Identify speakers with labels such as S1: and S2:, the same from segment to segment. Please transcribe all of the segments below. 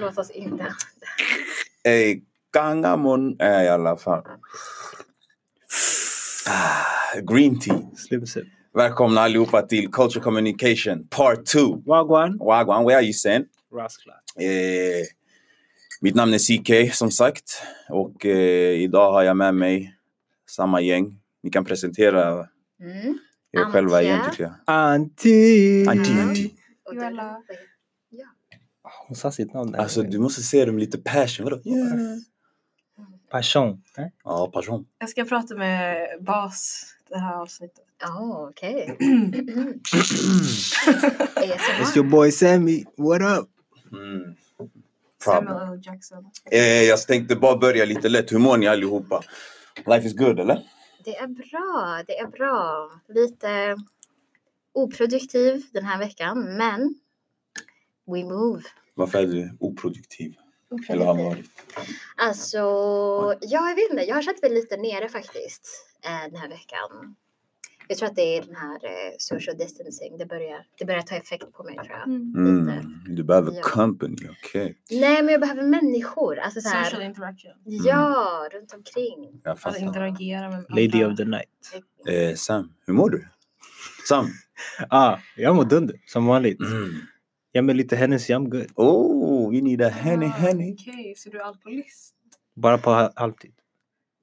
S1: låtsas inte.
S2: Ei, kangamon är i alla fall. Ah, Green tea.
S3: Slutsip.
S2: Välkomna allihopa till Culture Communication Part 2.
S3: Wagwan.
S2: Wagwan, where are you sen?
S3: Rasklar.
S2: Eh, mitt namn är CK som sagt och eh, idag har jag med mig samma gäng. Ni kan presentera
S1: Mm.
S2: er själva igen
S1: Antje.
S2: tycker jag.
S3: Anti!
S2: Anti,
S1: Mm.
S2: anti.
S1: Och
S4: Joella.
S1: du-
S3: Hon sa sitt namn där.
S2: Alltså du måste se dem lite passion. Vadå? Yeah.
S3: Passion. eh?
S2: Ja, passion.
S4: Jag ska prata med Bas det här avsnittet.
S1: Ja, okej.
S3: It's
S1: ASMR.
S3: your boy Sammy. What up?
S2: Mm. Problem.
S4: Samuel L. Jackson.
S2: Eh, jag tänkte bara börja lite lätt. Hur mår ni allihopa? Life is good eller?
S1: Det är bra, det är bra. Lite oproduktiv den här veckan, men we move.
S2: Varför är du oproduktiv? Eller har varit?
S1: Alltså, ja, jag vet inte. Jag har känt mig lite nere faktiskt eh, den här veckan. Jag tror att det är den här eh, social distancing. Det börjar, det börjar ta effekt på mig tror jag.
S4: Mm.
S2: Mm. Du behöver
S1: Ja.
S2: company, okej.
S1: Nej, men jag behöver människor. Alltså så här,
S4: Social interaction.
S1: ja, runt omkring.
S2: Jag
S4: Att
S2: fattar.
S4: interagera med andra.
S3: Lady of the night.
S2: Eh, Sam, hur mår du? Sam?
S3: Ah, jag mår dunder. Som vanligt.
S2: Mm.
S3: Jag med lite Hennessy, I'm good.
S2: Oh, we need a henny
S4: Ah,
S2: henny.
S4: Okej, så du är alkoholist?
S3: Bara på ha- halvtid.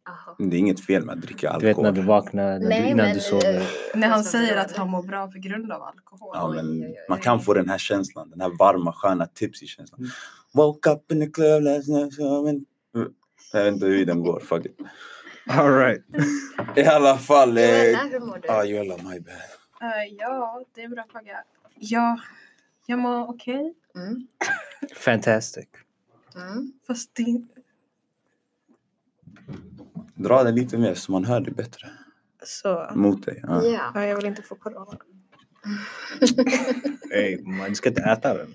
S1: Jaha.
S2: Det är inget fel med att dricka
S3: Du vet när
S2: alkohol.
S3: du vaknar, när du, innan du sover.
S1: eh,
S4: När han
S1: alltså,
S4: säger
S1: det-
S4: att han mår bra på grund av alkohol.
S2: Ja,
S1: Oj, oj,
S2: men
S1: oj.
S2: man kan få den här känslan, den här varma sköna tipsy-känslan. Woke up in the club last night. so I went- Jag vet inte hur den går. Fuck it.
S3: All right.
S2: I alla fall.
S1: Joella,
S2: Eh,
S1: hur mår du?
S2: ah, Joella, my bad.
S4: Eh, ja, det är en bra fråga. Ja, jag mår okej.
S1: Mm,
S3: Fantastic.
S1: mm.
S4: Fast det,
S2: Dra den lite mer så man hör det bättre.
S4: så.
S2: Mot dig. Ja.
S1: Ja.
S4: Ja, jag vill inte få corona.
S3: Hey, man, du ska inte äta den.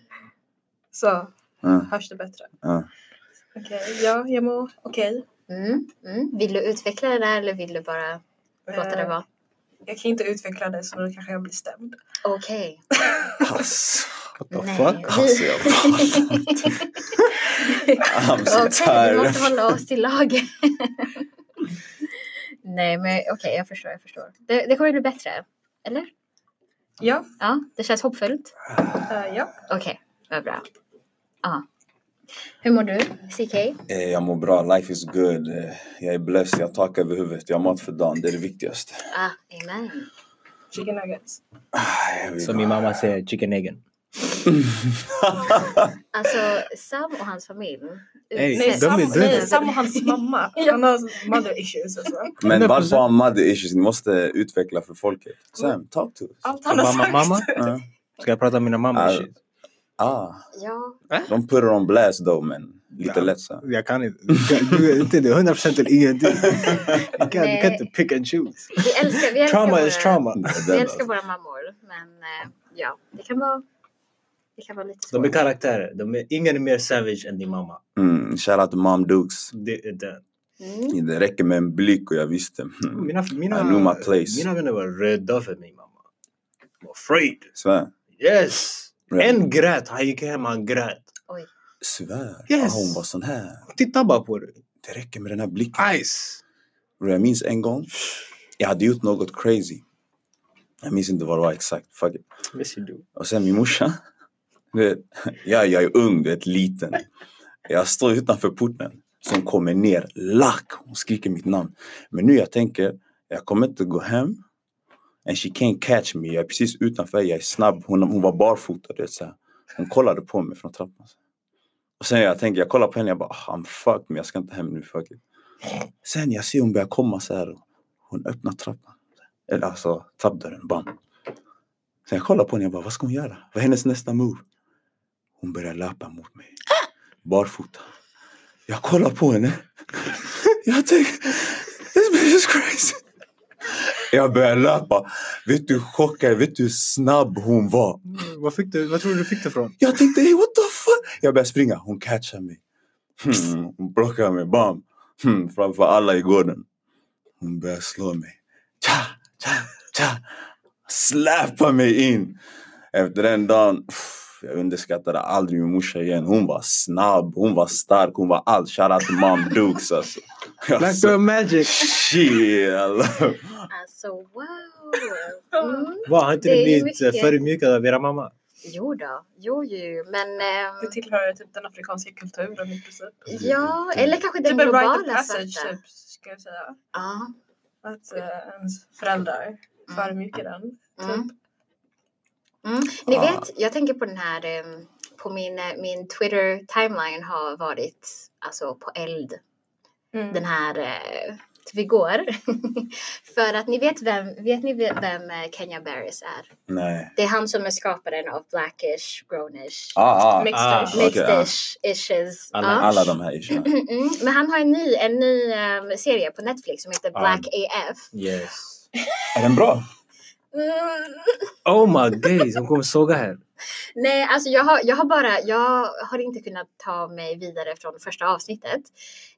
S4: Så,
S2: Ja,
S4: hörs det bättre?
S2: ja.
S4: Okej, ja, jag mår okej.
S1: Mm, mm. Vill du utveckla det där eller vill du bara låta det
S4: Eh,
S1: vara?
S4: Jag kan inte utveckla det så då kanske jag blir stämd.
S1: Okej.
S2: Pass.
S3: What the
S1: Nej.
S3: fuck?
S2: Alltså, jag I'm so
S1: Okej, vi
S2: tired.
S1: måste hålla oss till lagen. Nej, men okej, jag förstår, jag förstår. Det, det kommer bli bättre, eller?
S4: Ja,
S1: Ja, det känns hoppfullt.
S4: eh, ja.
S1: Okej, vad bra. Ja. Hur mår du, CK?
S2: Eh, Jag mår bra, life is good. Eh, Jag är blessed, jag har tak över huvudet, jag har mat för dagen. Det är det viktigaste.
S1: Ah, amen.
S4: Chicken nuggets.
S2: Ah, jag vill
S3: Som min
S2: bara-
S3: mamma säger, chicken eggen.
S1: Alltså, Sam och hans familj.
S3: Hey,
S4: Nej,
S1: utsätts-
S3: de
S4: Sam,
S3: är döda.
S4: nej, Sam och hans mamma. Han har mother issues alltså. och så.
S2: Men
S3: 100%.
S2: varför har mother issues? Ni måste utveckla för folket.
S1: Mm.
S2: Sam, talk to us.
S4: Allt han har
S3: Mamma,
S4: sagt.
S3: mamma?
S2: Ah.
S3: Ska jag prata om mina mamma?
S2: Ja. Ah,
S1: Ja,
S2: de put it on blast though, men lite
S3: Ja.
S2: lätt så.
S3: Jag kan inte. Du kan- Du är inte det. 100 procent eller ingenting. Du kan, du kan inte pick and choose.
S1: vi älskar, vi älskar
S3: Trauma
S1: våra,
S3: is trauma.
S1: Vi älskar våra mammor, men eh, ja, det kan vara, det kan vara lite
S3: De är
S1: svårt.
S3: karaktärer. De är ingen är mer savage än din mamma.
S2: Mm, Shoutout till mom dukes.
S3: Det är den.
S1: Mm.
S2: Det räcker med en blick och jag visste. Mm.
S3: Mina, mina,
S2: I knew my place.
S3: mina vänner var rädda för min mamma. De var afraid.
S2: Svär.
S3: Yes!
S2: Right.
S3: En grät. Han gick hem, han grät.
S2: Svär.
S3: Yes.
S2: Ah, hon var sån här.
S3: Titta bara på dig.
S2: Det räcker med den här blicken.
S3: Ice!
S2: Bror, jag minns en gång. Jag hade gjort något crazy. Jag minns inte vad det var exakt. Fuck it.
S3: Yes you do.
S2: Och sen min morsa. Du vet, jag, jag är ung, du vet, liten. Jag står utanför porten. Som kommer ner, lack. Hon skriker mitt namn. Men nu jag tänker, jag kommer inte gå hem. And she can't catch me. Jag är precis utanför, jag är snabb. Hon, hon var barfota. Du vet, så här. Hon kollade på mig från trappan. Och sen jag tänker, jag kollar på henne, jag bara "Ah, I'm fucked men jag ska inte hem nu. Fuck it. Sen jag ser hon börjar komma så här. Hon öppnar trappan. Eller alltså trappdörren, bam. Sen jag kollar på henne, jag bara vad ska hon göra? Vad är hennes nästa move? Hon börjar löpa mot mig. Barfota. Jag kollar på henne. Jag tänker, this bitch is crazy. Jag börjar löpa. Vet du hur chockad, vet du hur snabb hon var?
S3: Vad, fick du, vad tror du du fick det från?
S2: Jag tänkte hey, what the fuck? Jag börjar springa, hon catchar mig. Hmm, hon plockar mig, bam. Hmm, framför alla i gården. Hon börjar slå mig. Tja, tja, tja. Släpar mig in. Efter den dagen, pff, Jag underskattade aldrig min morsa igen. Hon var snabb, hon var stark, hon var allt. Shoutout till mom Dukes alltså.
S3: Black Girl Magic.
S2: Chill!
S1: Alltså wow! Mm.
S3: Vad har inte
S1: Det
S3: ni
S1: är
S3: blivit eh,
S1: mycket.
S3: förödmjukade av era mamma?
S1: Jo då, jo ju, men ehm,
S4: Det tillhör typ den afrikanska kulturen i princip.
S1: ja, eller kanske den
S4: Typ en rite of
S1: globala
S4: passage
S1: svarta.
S4: typ, ska jag säga.
S1: Ja.
S4: Att eh, ens föräldrar förödmjukar den.
S1: Mm.
S4: Typ.
S1: Mm. Ni
S2: Ah.
S1: vet, jag tänker på den här, ehm, på min, eh, min Twitter timeline har varit alltså på eld
S4: Mm.
S1: den här eh, typ igår. För att ni vet vem, vet ni ve- vem eh, Kenya Barris är?
S2: Nej.
S1: Det är han som är skaparen av Blackish, Grownish,
S2: Ah, ah.
S4: Mixed
S3: ah,
S4: dish.
S2: okej, ja.
S1: Mixedish, Ishes.
S3: Alla-
S1: ja.
S2: Alla de här issuerna.
S1: Mm, men han har en ny, en ny ehm, serie på Netflix som heter
S3: Ja.
S1: Black AF.
S3: Yes.
S2: Är den bra?
S1: Mm.
S3: Oh my days, hon kommer såga här.
S1: Nej, alltså jag har, jag har bara, jag har inte kunnat ta mig vidare från första avsnittet.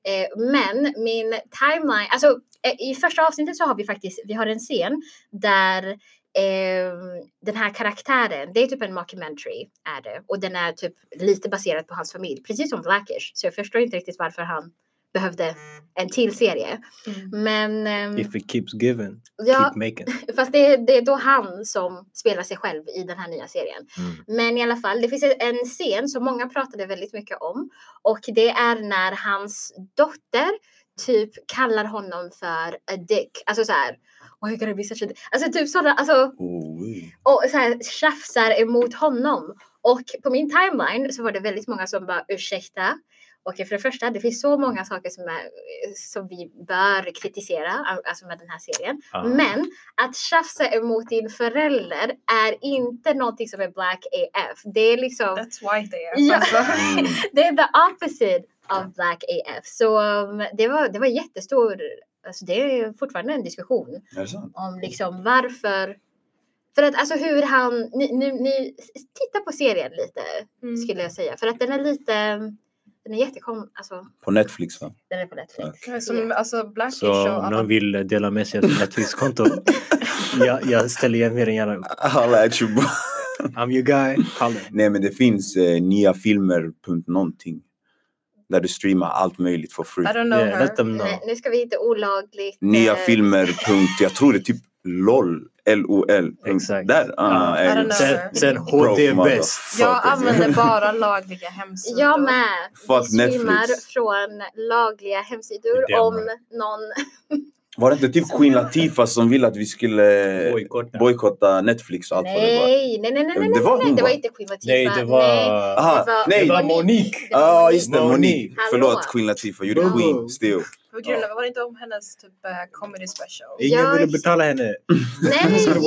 S1: Eh, men min timeline, alltså eh, i första avsnittet så har vi faktiskt, vi har en scen där ehm, den här karaktären, det är typ en mockumentary är det och den är typ lite baserad på hans familj, precis som Blackish. Så jag förstår inte riktigt varför han behövde en till serie.
S4: Mm.
S1: Men ehm,
S3: If it keeps giving,
S1: ja,
S3: keep making.
S1: Fast det, är- det är då han som spelar sig själv i den här nya serien.
S3: Mm.
S1: Men i alla fall, det finns en scen som många pratade väldigt mycket om. Och det är när hans dotter typ kallar honom för a dick. Alltså så här. Oh, you're gonna be such a dick." Alltså typ sådana, alltså,
S2: Oj.
S1: och så här tjafsar emot honom. Och på min timeline så var det väldigt många som bara ursäkta. Och för det första, det finns så många saker som, är, som vi bör kritisera alltså med den här serien.
S3: Ah.
S1: Men att tjafsa emot din förälder är inte någonting som är black AF. Det är liksom,
S4: That's why they are.
S1: Ja.
S4: Alltså.
S2: Mm.
S1: det är the opposite of black AF. Så um, det var, det var jättestor, alltså det är fortfarande en diskussion
S2: Är det sant?
S1: om liksom varför för att alltså hur han, ni, ni, ni titta på serien lite
S4: Mm.
S1: skulle jag säga. För att den är lite, den är jättekom, alltså
S2: På Netflix va?
S1: den är på Netflix.
S4: Det är Som, alltså Blackish
S3: Så
S4: och
S3: om
S4: alla
S3: någon vill dela med sig av sitt Netflix-konto, jag, jag ställer jag mer än gärna upp.
S2: Alla är ju bra.
S3: I'm your guy, Colin.
S2: Nej men det finns eh, nya filmer, punkt någonting. Där du streamar allt möjligt for free.
S4: I don't know
S3: Yeah,
S4: her.
S3: let them know.
S4: Mm.
S1: Nej, nu ska vi inte olagligt.
S2: Nya
S1: eh,
S2: filmer, punkt, jag tror det är typ LOL. L-O-L. punkt.
S3: Exakt.
S2: Där. Ah,
S3: Ja.
S2: är
S4: I don't
S2: det.
S4: know.
S3: Sen, sen HD
S2: Broke
S3: är
S2: mother.
S3: bäst.
S4: Jag
S2: Fuck.
S4: använder bara lagliga hemsidor.
S1: Jag med.
S2: Alltså, Fuck
S1: vi streamar
S2: Netflix.
S1: från lagliga hemsidor
S3: Det är
S1: om
S3: med.
S1: någon...
S2: Var det inte typ Queen Latifah som ville att vi skulle eh,
S3: Bojkotta.
S2: bojkotta Netflix och allt vad det var?
S1: Nej, nej, nej, nej, nej,
S2: Det var
S1: nej,
S2: hon,
S1: det var
S2: va?
S1: inte Queen Latifah.
S3: Nej, det var...
S2: Aha,
S1: Det var-
S2: Ah, nej!
S3: Det var
S1: Monique.
S3: Monique.
S1: Det var
S2: Ja, ah,
S1: Monique.
S2: just det,
S3: Monique.
S2: Monique.
S1: Hallå.
S2: Förlåt, Queen Latifah. Gjorde
S3: Bravo.
S2: Queen, still.
S4: På grund av, var det inte om hennes typ eh, comedy special?
S3: Ingen
S1: Ja,
S3: ville
S1: exakt.
S3: betala henne. Skulle
S1: Nej,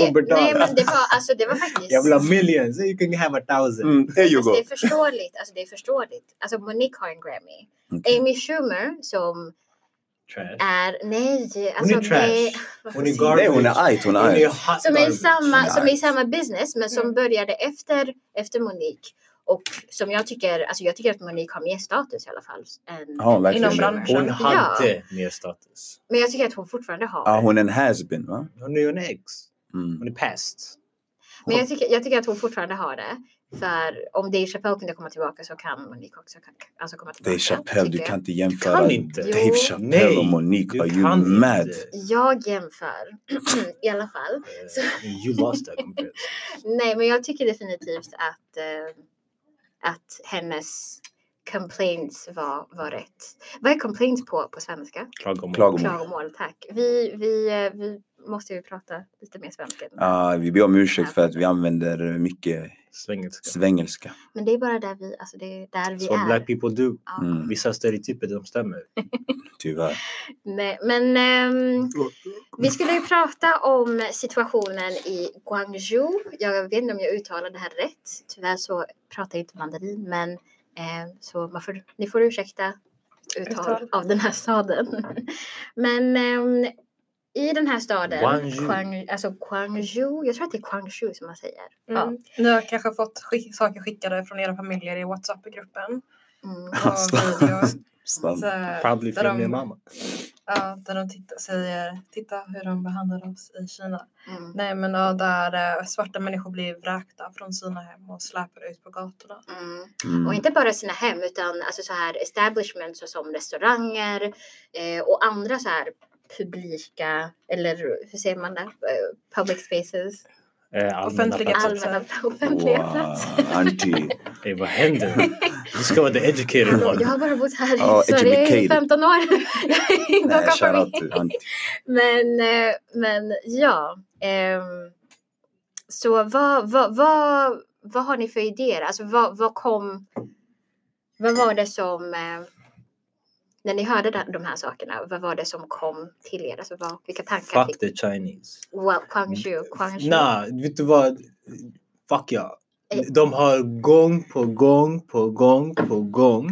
S3: hon betala?
S1: nej, men det var, alltså, det var faktiskt...
S3: Jag vill ha millions. You can have a thousand.
S2: Mm, there you
S1: Fast
S2: go.
S1: det är förståeligt. Alltså, det är förståeligt. Alltså, Monique har en Grammy.
S2: Okej.
S1: Amy Schumer som
S3: Trash.
S1: är... Nej,
S3: Hon
S1: alltså...
S3: är trash.
S1: nej,
S3: Hon är
S2: Nej, hon är
S3: garbage.
S2: ajt, hon är
S3: Hon är
S2: ajt.
S3: hot
S1: som är, i
S3: garbage.
S1: samma, som är i
S2: Nice.
S1: samma business men som
S4: Mm.
S1: började efter, efter Monique. Och som jag tycker, alltså jag tycker att Monique har mer status i alla fall. Än,
S2: Ja, hon verkligen.
S4: Inom branschen.
S3: Hon
S4: Ja.
S3: hade mer status.
S1: Men jag tycker att hon fortfarande har.
S2: Ja, hon är en has-been, va?
S3: Hon är en ex.
S2: Mm.
S3: Hon är past.
S1: Men jag tycker, jag tycker att hon fortfarande har det. För om Dave Chappelle kunde komma tillbaka så kan Monique också kan, alltså komma tillbaka.
S2: Dave Chappelle, du
S1: tycker jag.
S2: kan inte jämföra
S3: kan inte.
S1: Jo.
S2: Dave Chappelle och Monique.
S3: du
S2: Are you
S3: kan
S2: mad?
S3: inte.
S1: Jag jämför i alla fall.
S3: Eh, You lost that comparison.
S1: Nej, men jag tycker definitivt att, eh, att hennes complaints var, var rätt. Vad är complaints på, på svenska?
S2: Oh
S3: Klagomål.
S2: Klagomål.
S1: Klagomål, tack. Vi, vi, eh, vi måste ju prata lite mer svenska.
S2: Ah, vi ber om ursäkt för att vi använder mycket
S3: Svengelska.
S2: svengelska.
S1: Men det är bara där vi, alltså det är där vi
S3: That's what
S1: är.
S3: black people do.
S1: Ja.
S2: Mm,
S3: Vissa stereotyper de stämmer.
S2: tyvärr.
S1: Nej, men ehm, vi skulle ju prata om situationen i Guangzhou. Jag vet inte om jag uttalar det här rätt. Tyvärr så pratar jag inte mandarin, men eh, så man får, ni får ursäkta uttal
S4: Uttal.
S1: av den här staden. men ehm, i den här staden,
S3: Guangzhou.
S1: Guang, alltså Guangzhou, jag tror att det är Guangzhou som man säger.
S4: Mm. Ni har kanske fått skick- saker skickade från era familjer i Whatsapp-gruppen.
S1: Mm.
S4: Och videor.
S2: Stann.
S4: Så-
S3: Probably
S4: där
S3: from
S4: de-
S3: your mama.
S4: Ja, där de tittar, säger titta hur de behandlar oss i Kina.
S1: Mm.
S4: Nej men ja, där eh, svarta människor blir vräkta från sina hem och släpar ut på gatorna.
S1: Mm.
S2: Mm.
S1: Och inte bara sina hem utan alltså så här establishments såsom restauranger eh, och andra så här publika eller hur säger man det? Eh, Public spaces.
S5: Eh, allmänna
S4: Offentliga-
S5: platser.
S1: Allmänna offentliga
S2: Wow,
S1: platser.
S2: anti.
S5: Eh, vad händer? Du ska vara the educated
S1: Förlåt,
S5: one.
S1: Jag har bara bott här i
S2: Ja,
S1: Sverige i
S2: educated.
S1: 15 år. Jag har inte
S2: Nej,
S1: åkt
S2: shoutout
S1: familj.
S2: till anti.
S1: Men, eh, men ja. ehm, så vad, vad, vad, vad har ni för idéer? Alltså vad, vad kom... Vad var det som... eh, när ni hörde de- de här sakerna, vad var det som kom till er? Alltså vad, vilka tankar
S5: Fuck
S1: fick
S5: the Chinese.
S1: Well, Kwangshu, Kwangshu.
S5: Nej, vet du vad? Fuck ja. De har gång på gång på gång på gång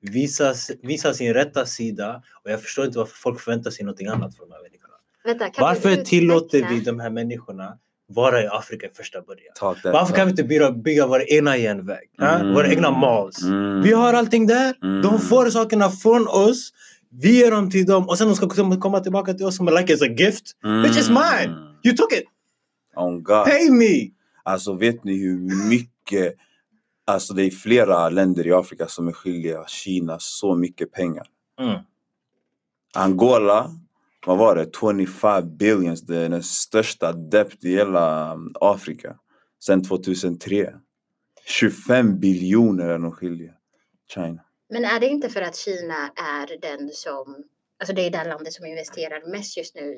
S5: visat visat sin rätta sida och jag förstår inte varför folk förväntar sig någonting annat från de här människorna.
S1: Vänta, kan du
S5: Varför tillåter
S1: utveckla?
S5: vi de här människorna vara i Afrika i första början?
S2: Talk that
S5: Varför kan vi
S2: talk.
S5: inte bygga, bygga vår egna järnväg? ha?
S2: Mm.
S5: Våra egna malls?
S2: Mm.
S5: Vi har allting där.
S2: Mm.
S5: De får sakerna från oss. Vi ger dem till dem och sen de ska de komma tillbaka till oss som like it's a gift.
S2: Mm.
S5: Which is mine. You took it!
S2: Oh God.
S5: Pay me!
S2: Alltså vet ni hur mycket... Alltså det är flera länder i Afrika som är skyldiga Kina så mycket pengar.
S5: Mm.
S2: Angola, vad var det? 25 billions. Det är den största debt i hela um, Afrika. Sen 2003. 25 biljoner är de skyldiga. China.
S1: Men är det inte för att Kina är den som... Alltså det är det landet som investerar mest just nu i,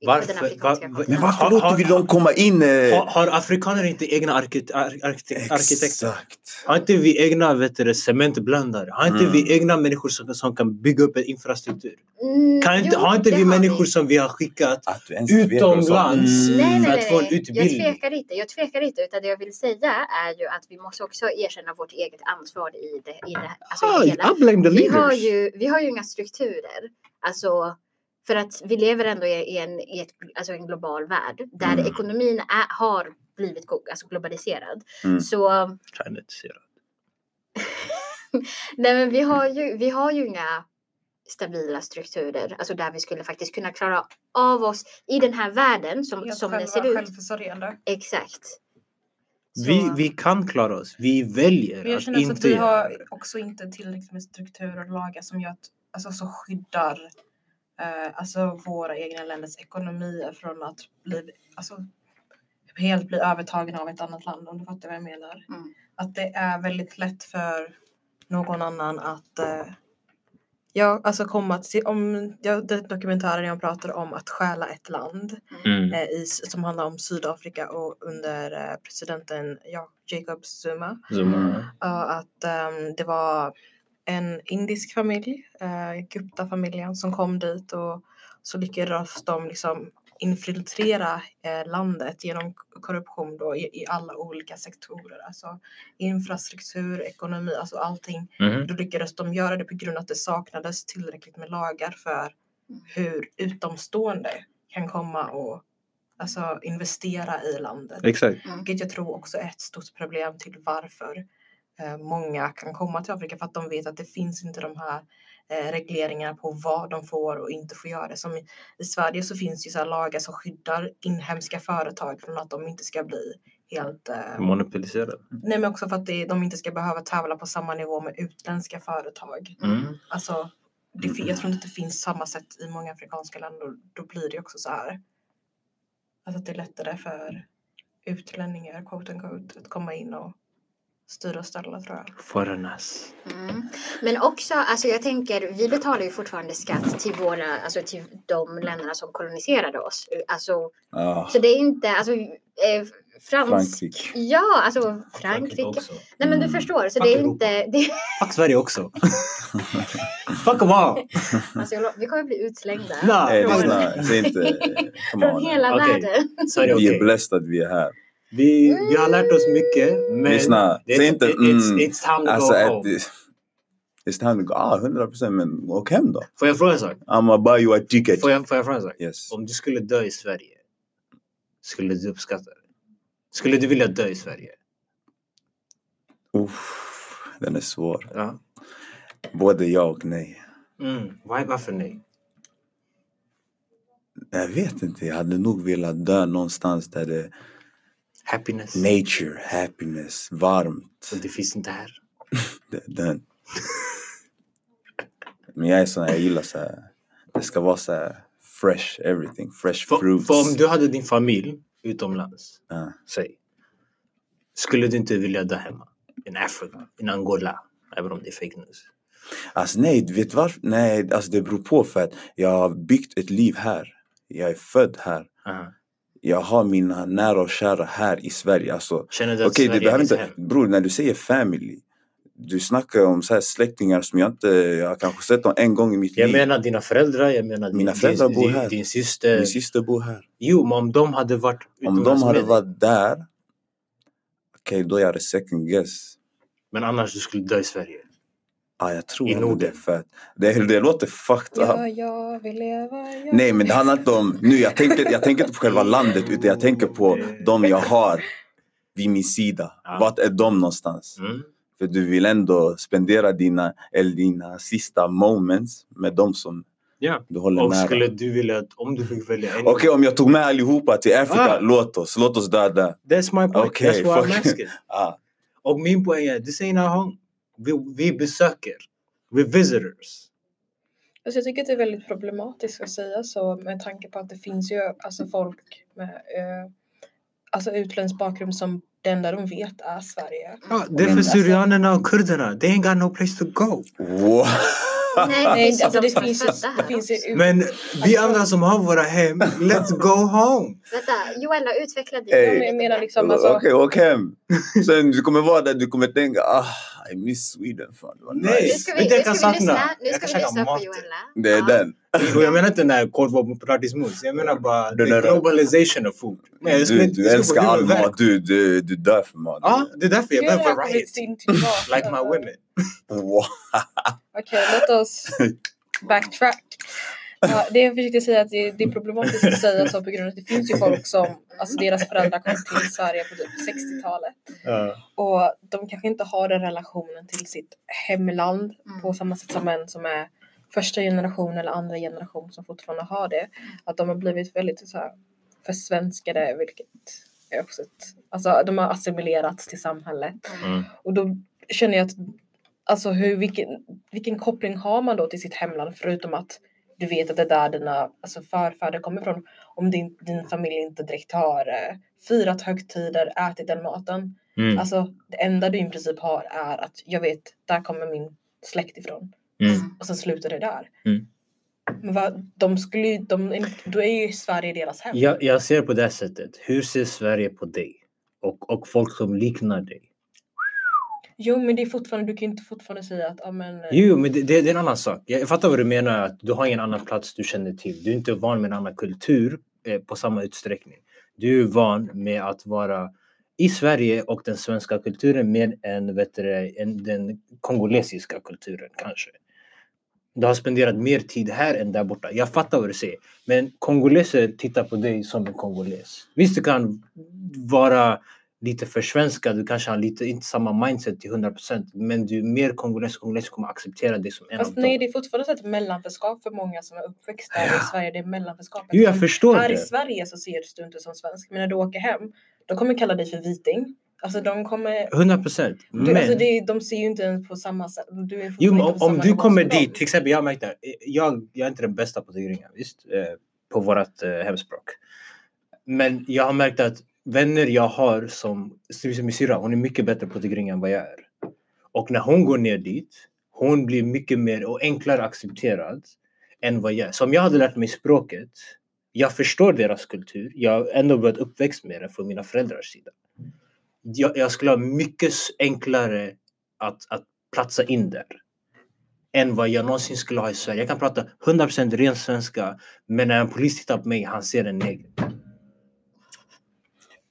S1: i
S5: Varför?
S1: den afrikanska
S5: Va-
S2: Men
S5: va-
S1: kontinenten?
S2: varför
S5: Har-
S2: låter
S5: har-
S2: vi dem komma in? eh?
S5: Har, har afrikaner inte egna arkit- ar- arkite- arkitekter?
S2: Exakt.
S5: Har inte vi egna vet du, det, cementblandare? Har inte
S2: Mm.
S5: vi egna människor som, som kan bygga upp en infrastruktur?
S1: Mm,
S5: Kan inte,
S1: jo,
S5: har inte
S1: det
S5: vi
S1: har
S5: människor som vi har skickat
S2: Att du ens vet vad Mm. du sa.
S5: utomlands
S1: Nej, nej,
S5: Mm. för
S1: nej,
S5: att få en
S1: nej. Jag
S5: utbildning?
S1: tvekar inte. Jag tvekar inte. Utan det jag vill säga är ju att vi måste också erkänna vårt eget ansvar i det, i det, alltså i det hela.
S5: I blame Ah, the
S1: Vi har,
S5: leaders.
S1: ju, vi har ju inga strukturer. Alltså, för att vi lever ändå i, i, en, i ett, alltså en global värld där
S2: Mm.
S1: ekonomin är, har blivit go- alltså globaliserad.
S2: Mm.
S1: Så
S5: Kan inte se det.
S1: Nej, men vi har ju, vi har ju inga stabila strukturer, alltså där vi skulle faktiskt kunna klara av oss i den här världen som,
S4: Helt
S1: Mm, som den
S4: själva,
S1: ser ut.
S4: självförsörjande.
S1: Exakt. Så-
S5: Vi, vi kan klara oss. Vi väljer
S4: Men jag
S5: att
S4: känner också
S5: inte
S4: att vi
S5: göra
S4: har
S5: det.
S4: också inte tillräckligt med strukturer och lagar som gör att, alltså, som skyddar eh, alltså våra egna länders ekonomier från att bli, alltså, helt bli övertagna av ett annat land om du fattar vad jag menar.
S1: Mm.
S4: Att det är väldigt lätt för någon annan att eh, ja, alltså komma att se, om, ja, det är dokumentären jag pratar om att stjäla ett land
S5: Mm.
S4: eh, i, som handlar om Sydafrika och under eh, presidenten ja, Jacob Zuma.
S5: Zuma.
S4: Ja, att ehm, det var en indisk familj, eh, Gupta-familjen, som kom dit och så lyckades de liksom infiltrera eh, landet genom k- korruption då i, i alla olika sektorer, alltså infrastruktur, ekonomi, alltså allting.
S2: mm-hmm.
S5: Mhm.
S4: Då lyckades de göra det på grund av att det saknades tillräckligt med lagar för hur utomstående kan komma och alltså investera i landet.
S5: Exakt.
S1: Mm.
S4: Vilket jag tror också är ett stort problem till varför eh, många kan komma till Afrika för att de vet att det finns inte de här eh, regleringarna på vad de får och inte får göra. Som i, i Sverige så finns ju så här lagar som skyddar inhemska företag från att de inte ska bli helt... Eh,
S5: Monopoliserad.
S4: nej men också för att det, de inte ska behöva tävla på samma nivå med utländska företag.
S5: Mm.
S4: Alltså, det, fi- jag tror inte det finns samma sätt i många afrikanska länder och då blir det också så här. Alltså att det är lättare för utlänningar, quote unquote, att komma in och styra och ställa tror jag.
S5: Foreigners.
S1: Mm. Men också, alltså jag tänker, vi betalar ju fortfarande skatt till våra, alltså till de länderna som koloniserade oss. Alltså,
S2: Ah,
S1: så det är inte, alltså eh, Frans...
S2: Frankrike.
S1: Ja, alltså Frankrike.
S5: också.
S1: Nej men du
S2: Mm.
S1: förstår, så det är
S5: Fuck
S1: inte, det,
S5: Fuck Sverige också. Fuck them all.
S1: alltså, jag lo- vi kommer bli utslängda.
S5: Nej,
S2: Nej,
S1: Från-
S2: det är snarare- Eh, Säg inte... Come
S1: Från
S2: on.
S1: hela
S5: Okej.
S1: världen.
S5: Sverige
S2: Vi är
S5: okej.
S2: blessed att vi är här.
S5: Vi, vi har lärt oss mycket men...
S2: Lyssna,
S5: det-
S2: säg inte,
S5: it- It's,
S2: mm,
S5: it's time to
S2: Alltså,
S5: go
S2: att,
S5: home.
S2: it's time to go. Ah, 100 procent. Men åk hem då.
S5: Får jag fråga en sak?
S2: I'ma buy you a ticket.
S5: Får jag, får jag fråga en sak?
S2: Yes.
S5: Om du skulle dö i Sverige, skulle du uppskatta det? Skulle du vilja dö i Sverige?
S2: Uff, den är svår.
S5: Ja.
S2: Både ja och nej.
S5: Mm. Why, varför nej?
S2: Jag vet inte, jag hade nog velat dö någonstans där det är
S5: Happiness.
S2: nature, happiness, varmt.
S5: Så det finns inte här.
S2: Det- Den. Men jag är sån här, jag gillar så här. Det ska vara så här fresh everything, fresh
S5: För,
S2: fruits.
S5: för om du hade din familj utomlands,
S2: Ja.
S5: säg. Skulle du inte vilja dö hemma? In Afrika, in Angola. Även om det är fake news.
S2: Alltså nej, vet du varför? Nej, alltså det beror på för att jag har byggt ett liv här. Jag är född här.
S5: Aha.
S2: Jag har mina nära och kära här i Sverige. Alltså,
S5: Känner du att
S2: Okej,
S5: Sverige
S2: du behöver
S5: är ditt
S2: inte...
S5: hem?
S2: Bror, när du säger family. Du snackar om så här släktingar som jag inte... Jag har kanske sett dem en gång i mitt
S5: Jag
S2: liv.
S5: menar dina föräldrar, jag menar
S2: Mina
S5: din,
S2: föräldrar
S5: din,
S2: bor
S5: din,
S2: här.
S5: din syster.
S2: Min syster bor här.
S5: Jo, men om de hade varit
S2: Om de
S5: eh, utomlands
S2: hade
S5: med
S2: varit där. Okej, då är det second guess.
S5: Men annars du skulle dö i Sverige.
S2: Ja, jag tror
S5: I
S2: ändå det.
S5: Norden.
S2: För att det, det låter fucked up.
S4: jag vill leva, jag
S2: Nej, men det handlar inte om... Nu, jag tänker, jag tänker inte på själva landet utan jag tänker på de jag har vid min sida.
S5: Ja.
S2: Vart är de någonstans?
S5: Mm.
S2: För du vill ändå spendera dina, eller dina sista moments med de som
S5: Ja.
S2: du håller
S5: Och
S2: nära.
S5: skulle du vilja, att- om du fick välja en.
S2: Okej, om jag tog med allihopa till Afrika,
S5: Ah.
S2: låt oss. Låt oss dö där.
S5: That's my point,
S2: Okej,
S5: that's what I'm
S2: fuck.
S5: asking.
S2: Ah.
S5: Och min poäng är, this ain't our home. Vi, vi besöker. Vi visitors.
S4: Alltså jag tycker att det är väldigt problematiskt att säga så med tanke på att det finns ju alltså folk med eh, alltså utländsk bakgrund som det enda de vet är Sverige.
S5: Ja, det är för syrianerna och kurderna. They ain't got no place to go.
S1: Nej,
S2: Wow.
S1: Ah, det
S4: Nej,
S1: finns
S4: alltså
S1: ju de
S4: det
S1: som
S4: finns
S1: är födda
S4: ju, det
S1: här
S4: finns ju
S1: också.
S4: ut-
S5: Men vi andra som har våra hem, let's go home!
S1: Vänta, Joella, utveckla din.
S2: Hey.
S4: Jag menar liksom
S2: Okej,
S4: alltså,
S2: åk hem. Sen du kommer vara där, du kommer tänka ah, I miss Sweden. Fan, det var
S5: Nej.
S1: Nu
S2: nice.
S1: ska
S5: Det
S1: vi,
S5: är
S1: nu
S5: det
S1: ska
S5: jag
S1: vi
S5: kan sakna.
S1: lyssna, nu
S5: Jag
S1: ska
S5: kan
S1: vi
S5: käka
S1: lyssna på
S5: maten.
S1: Joella.
S2: Det är
S1: Ja.
S2: den.
S5: Och jag menar inte den här korv med potatismos. Jag menar bara
S2: Den
S5: the
S2: där-
S5: globalization of food. Men jag skulle Ah.
S2: Du,
S5: inte-
S2: du
S5: jag
S2: älskar
S5: skulle bara
S2: all
S5: vilja vara
S2: mat. Du, du, du dör för mat.
S5: Ja, det är därför jag
S4: nu har
S5: behöver
S4: jag
S5: variety.
S4: kommit in tillbaka.
S5: Like my women.
S2: Wow.
S4: Okej, låt oss backtrack. Ja, det jag försökte säga är att det, det är problematiskt att säga så på grund av att det finns ju folk som, alltså deras föräldrar kom till Sverige på typ 60-talet och de kanske inte har den relationen till sitt hemland
S1: Mm.
S4: på samma sätt som en som är första generation eller andra generation som fortfarande har det. Att de har blivit väldigt så här, försvenskade vilket är också ett, alltså de har assimilerats till samhället.
S5: Mm.
S4: Och då känner jag att alltså hur, vilken, vilken koppling har man då till sitt hemland förutom att du vet att det är där dina alltså förfäder kommer ifrån. Om din, din familj inte direkt har eh, firat högtider, ätit den maten.
S5: Mm.
S4: Alltså det enda du i princip har är att jag vet där kommer min släkt ifrån
S5: Mm.
S4: och sen slutar det där.
S5: Mm.
S4: Men vad, de skulle ju, de, då är ju Sverige deras hem.
S5: Jag, jag ser på det här sättet. Hur ser Sverige på dig? Och, och folk som liknar dig?
S4: Jo men det är fortfarande, du kan ju inte fortfarande säga att ja men eh,
S5: Jo, men det, det, det är en annan sak. Jag fattar vad du menar. att Du har ingen annan plats du känner till. Du är inte van med en annan kultur eh, på samma utsträckning. Du är van med att vara i Sverige och den svenska kulturen mer än vet du, det, en, den kongolesiska kulturen kanske. Du har spenderat mer tid här än där borta. Jag fattar vad du säger. Men kongoleser tittar på dig som en kongoles. Visst, du kan vara lite försvenskad, du kanske har lite, inte samma mindset till 100% men du är mer kongoles, kongoles kommer acceptera dig som en
S4: Fast
S5: av dem.
S4: nej, det är fortfarande så ett mellanförskap för många som är uppväxta här i Sverige. Det är mellanförskapet.
S5: Jo, jag förstår
S4: här i
S5: det.
S4: Sverige så ser du inte som svensk, men när du åker hem, de kommer kalla dig för viting. Alltså de kommer...
S5: 100% men...
S4: Du, alltså, det, de ser ju inte ens på samma sätt. Du är
S5: Jo,
S4: fortfarande
S5: men
S4: inte
S5: om,
S4: på
S5: om
S4: samma
S5: du
S4: nivå
S5: kommer
S4: som dem.
S5: dit, till exempel jag har märkt det här. Eh, Jag, jag är inte den bästa på tygringar, visst, eh, på vårt eh, hemspråk. Men jag har märkt att vänner jag har som, till exempel min syrra, hon är mycket bättre på tygringar än vad jag är. Och när hon går ner dit, hon blir mycket mer och enklare accepterad än vad jag är. Så om jag hade lärt mig språket, jag förstår deras kultur, jag har ändå varit uppväxt med det från mina föräldrars sida. Jag, jag skulle ha mycket s- enklare att, att platsa in där än vad jag någonsin skulle ha i Sverige. Jag kan prata 100% ren svenska men när en polis tittar på mig, han ser en neger.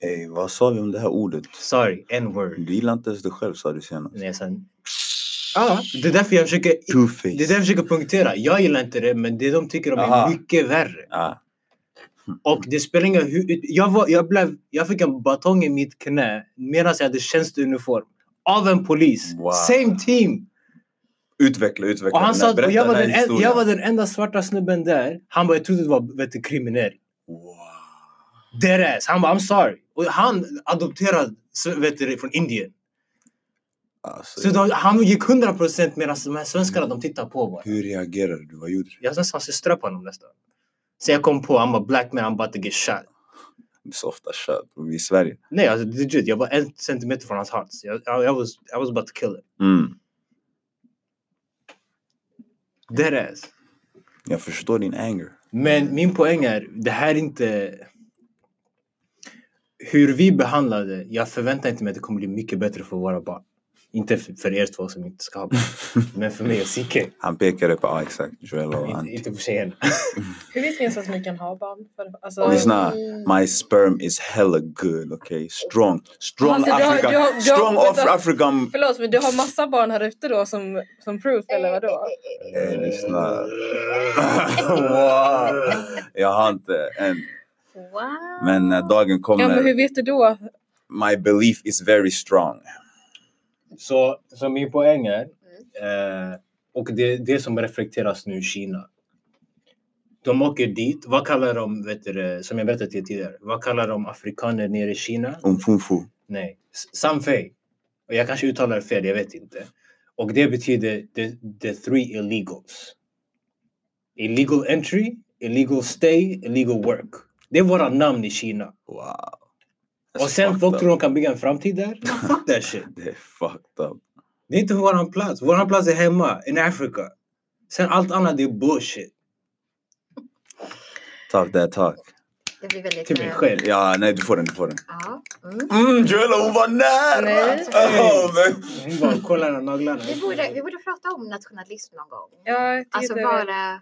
S2: Ey, vad sa vi om det här ordet?
S5: Sorry, n-word.
S2: Du gillar inte ens dig själv sa du senast.
S5: Nej, sen... ah, det är därför jag försöker, det är därför jag
S2: Two-face.
S5: försöker punktera. Jag gillar inte det men det de tycker om är
S2: Aha.
S5: mycket värre.
S2: Ah.
S5: Och det spelar ingen hur... Jag, var, jag, blev, jag fick en batong i mitt knä medan jag hade tjänsteuniform. Av en polis.
S2: Wow.
S5: Same team!
S2: Utveckla, utveckla.
S5: Och han
S2: den
S5: sa
S2: här-
S5: att
S2: berätta
S5: jag var,
S2: här
S5: den en,
S2: historien.
S5: jag var den enda svarta snubben där. Han bara, jag trodde du var vet du, kriminell.
S2: Wow.
S5: Deras. Han bara, I'm sorry. Och han adopterad så vet du, det, från Indien.
S2: Alltså,
S5: Så då, han gick 100% medan de här svenskarna de tittar på bara.
S2: Hur reagerade du? Vad gjorde du?
S5: Jag nästan systrar på honom nästan. Så jag kom på, han bara, black man, I'm about to get shot.
S2: Det är så ofta kött. Vi är i Sverige.
S5: Nej, alltså legit, jag var en centimeter från hans hals. Jag, jag, jag, was, I was about to kill him.
S2: Mm.
S5: Deras.
S2: Jag förstår din anger.
S5: Men min poäng är, det här är inte... Hur vi behandlade, jag förväntar inte mig att det kommer bli mycket bättre för våra barn. Inte för, för er två som inte ska ha barn. Men för mig och Sike.
S2: Han pekade på, ja exakt, Joel och
S5: Inte,
S2: Antti.
S5: inte för tjejerna.
S4: Hur vet ni ens att ni kan ha barn? För, alltså,
S2: Oj. Lyssna,
S1: Mm.
S2: My sperm is hella good, okay? Strong. Strong
S4: Alltså, du har-
S2: Africa.
S4: du har- du har-
S2: Strong
S4: vänta.
S2: Af- African.
S4: Förlåt, men du har massa barn här ute då som, som proof eller vadå?
S2: Eh, lyssna. wow. Jag har inte än.
S1: Wow.
S2: Men när dagen
S4: Ja, men hur
S2: kommer,
S4: vet du då?
S2: my belief is very strong.
S5: Så, så min poäng är, eh, och det, det som reflekteras nu i Kina. De åker dit, vad kallar de, vet du, det, som jag berättade till er tidigare, vad kallar de afrikaner nere i Kina?
S2: Um, Umfunfu.
S5: Nej, S- Sanfei. Och jag kanske uttalar det fel, jag vet inte. Och det betyder the, the three illegals. Illegal entry, illegal stay, illegal work. Det är våra namn i Kina.
S2: Wow.
S5: Och sen
S2: fucked
S5: folk
S2: up.
S5: tror de kan bygga en framtid där. Fuck that shit.
S2: Det är fucked up.
S5: Det är inte våran plats. Våran plats är hemma, in Africa. Sen allt annat det är bullshit.
S2: Talk that talk.
S1: Det blir väldigt...
S5: Till mig
S1: eh,
S5: själv.
S2: Ja, nej du får den, du får den.
S1: Ja. Mm.
S2: Mm, Joella hon var nära!
S4: Nej.
S2: Ja, men-
S5: Hon bara kollar när naglarna.
S1: Vi, borde, vi borde prata om nationalism någon gång.
S4: Ja, jag
S1: Alltså
S4: tycker-
S1: bara...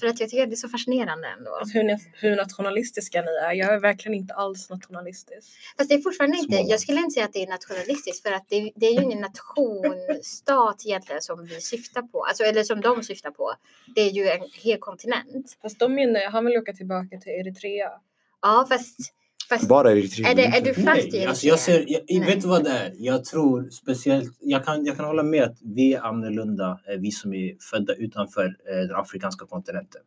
S1: För att jag tycker att det är så fascinerande ändå.
S4: Alltså, hur, ni- hur nationalistiska ni är. Jag är verkligen inte alls nationalistisk.
S1: Fast det är fortfarande inte,
S5: Småland.
S1: jag skulle inte säga att det är nationalistiskt för att det, det är ju ingen nation, stat egentligen som vi syftar på, alltså, eller som de syftar på. Det är ju en hel kontinent.
S4: Fast de menar ju- han vill åka tillbaka till Eritrea.
S1: Ja, fast, fast
S2: Bara Eritrea.
S1: är, det, är du fast i
S5: Nej, alltså jag ser, jag,
S1: Nej.
S5: vet du vad det är? Jag tror speciellt, jag kan, jag kan hålla med att vi är annorlunda, eh, vi som är födda utanför eh, den afrikanska kontinenten.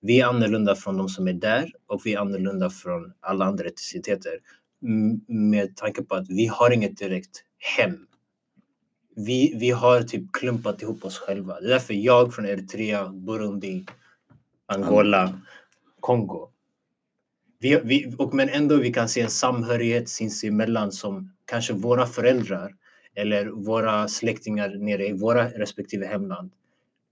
S5: Vi är annorlunda från de som är där och vi är annorlunda från alla andra etniciteter M- med tanke på att vi har inget direkt hem. Vi, vi har typ klumpat ihop oss själva. Det är därför jag från Eritrea, Burundi, Angola, Kongo. Vi, vi, och men ändå vi kan se en samhörighet sinsemellan som kanske våra föräldrar eller våra släktingar nere i våra respektive hemland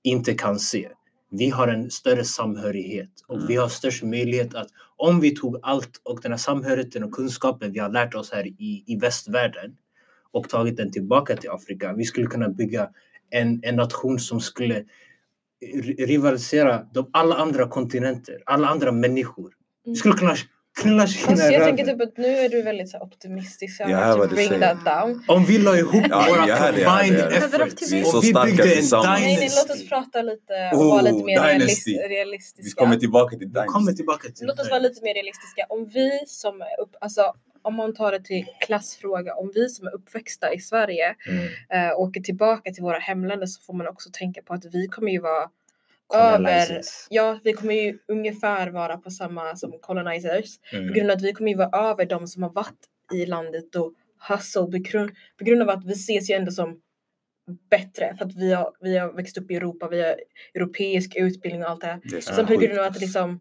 S5: inte kan se. Vi har en större samhörighet och vi har störst möjlighet att om vi tog allt och den här samhörigheten och kunskapen vi har lärt oss här i, i västvärlden och tagit den tillbaka till Afrika. Vi skulle kunna bygga en, en nation som skulle ri- rivalisera de, alla andra kontinenter, alla andra människor. Vi skulle kunna knulla Kina
S4: Alltså,
S5: i
S4: Mm. jag tänker
S5: röven.
S4: typ att nu är du väldigt så här, optimistisk. Jag
S2: Ja,
S4: har
S2: vad
S4: to
S2: du
S4: bring
S2: säger.
S4: that down.
S5: Om vi la ihop
S2: Ja, ja,
S5: våra
S2: det- ja, det-
S5: combined
S2: ja, det-
S5: efforts
S1: Vi är
S2: så
S5: och vi
S2: starka
S5: byggde en
S2: tillsammans.
S4: Nej, nej, låt
S5: dynasty.
S4: oss prata lite och
S2: Oh,
S4: vara lite mer
S2: dynasty.
S4: realist,
S2: Vi
S4: realistiska.
S2: kommer tillbaka till
S5: Vi kommer
S2: Dynasty.
S5: tillbaka till
S4: Låt oss vara lite mer realistiska. Om vi som är upp, alltså, om man tar det till klassfråga, om vi som är uppväxta i Sverige
S5: Mm.
S4: eh, åker tillbaka till våra hemländer så får man också tänka på att vi kommer ju vara
S5: Mm.
S4: över,
S5: Colonizers.
S4: ja vi kommer ju ungefär vara på samma som colonizers på
S5: Mm.
S4: grund av att vi kommer ju vara över de som har varit i landet och hustle på grund, på grund av att vi ses ju ändå som bättre för att vi har, vi har växt upp i Europa, vi har europeisk utbildning och allt det här.
S2: Det är så
S4: Sen på
S2: sjukt.
S4: grund av att det liksom,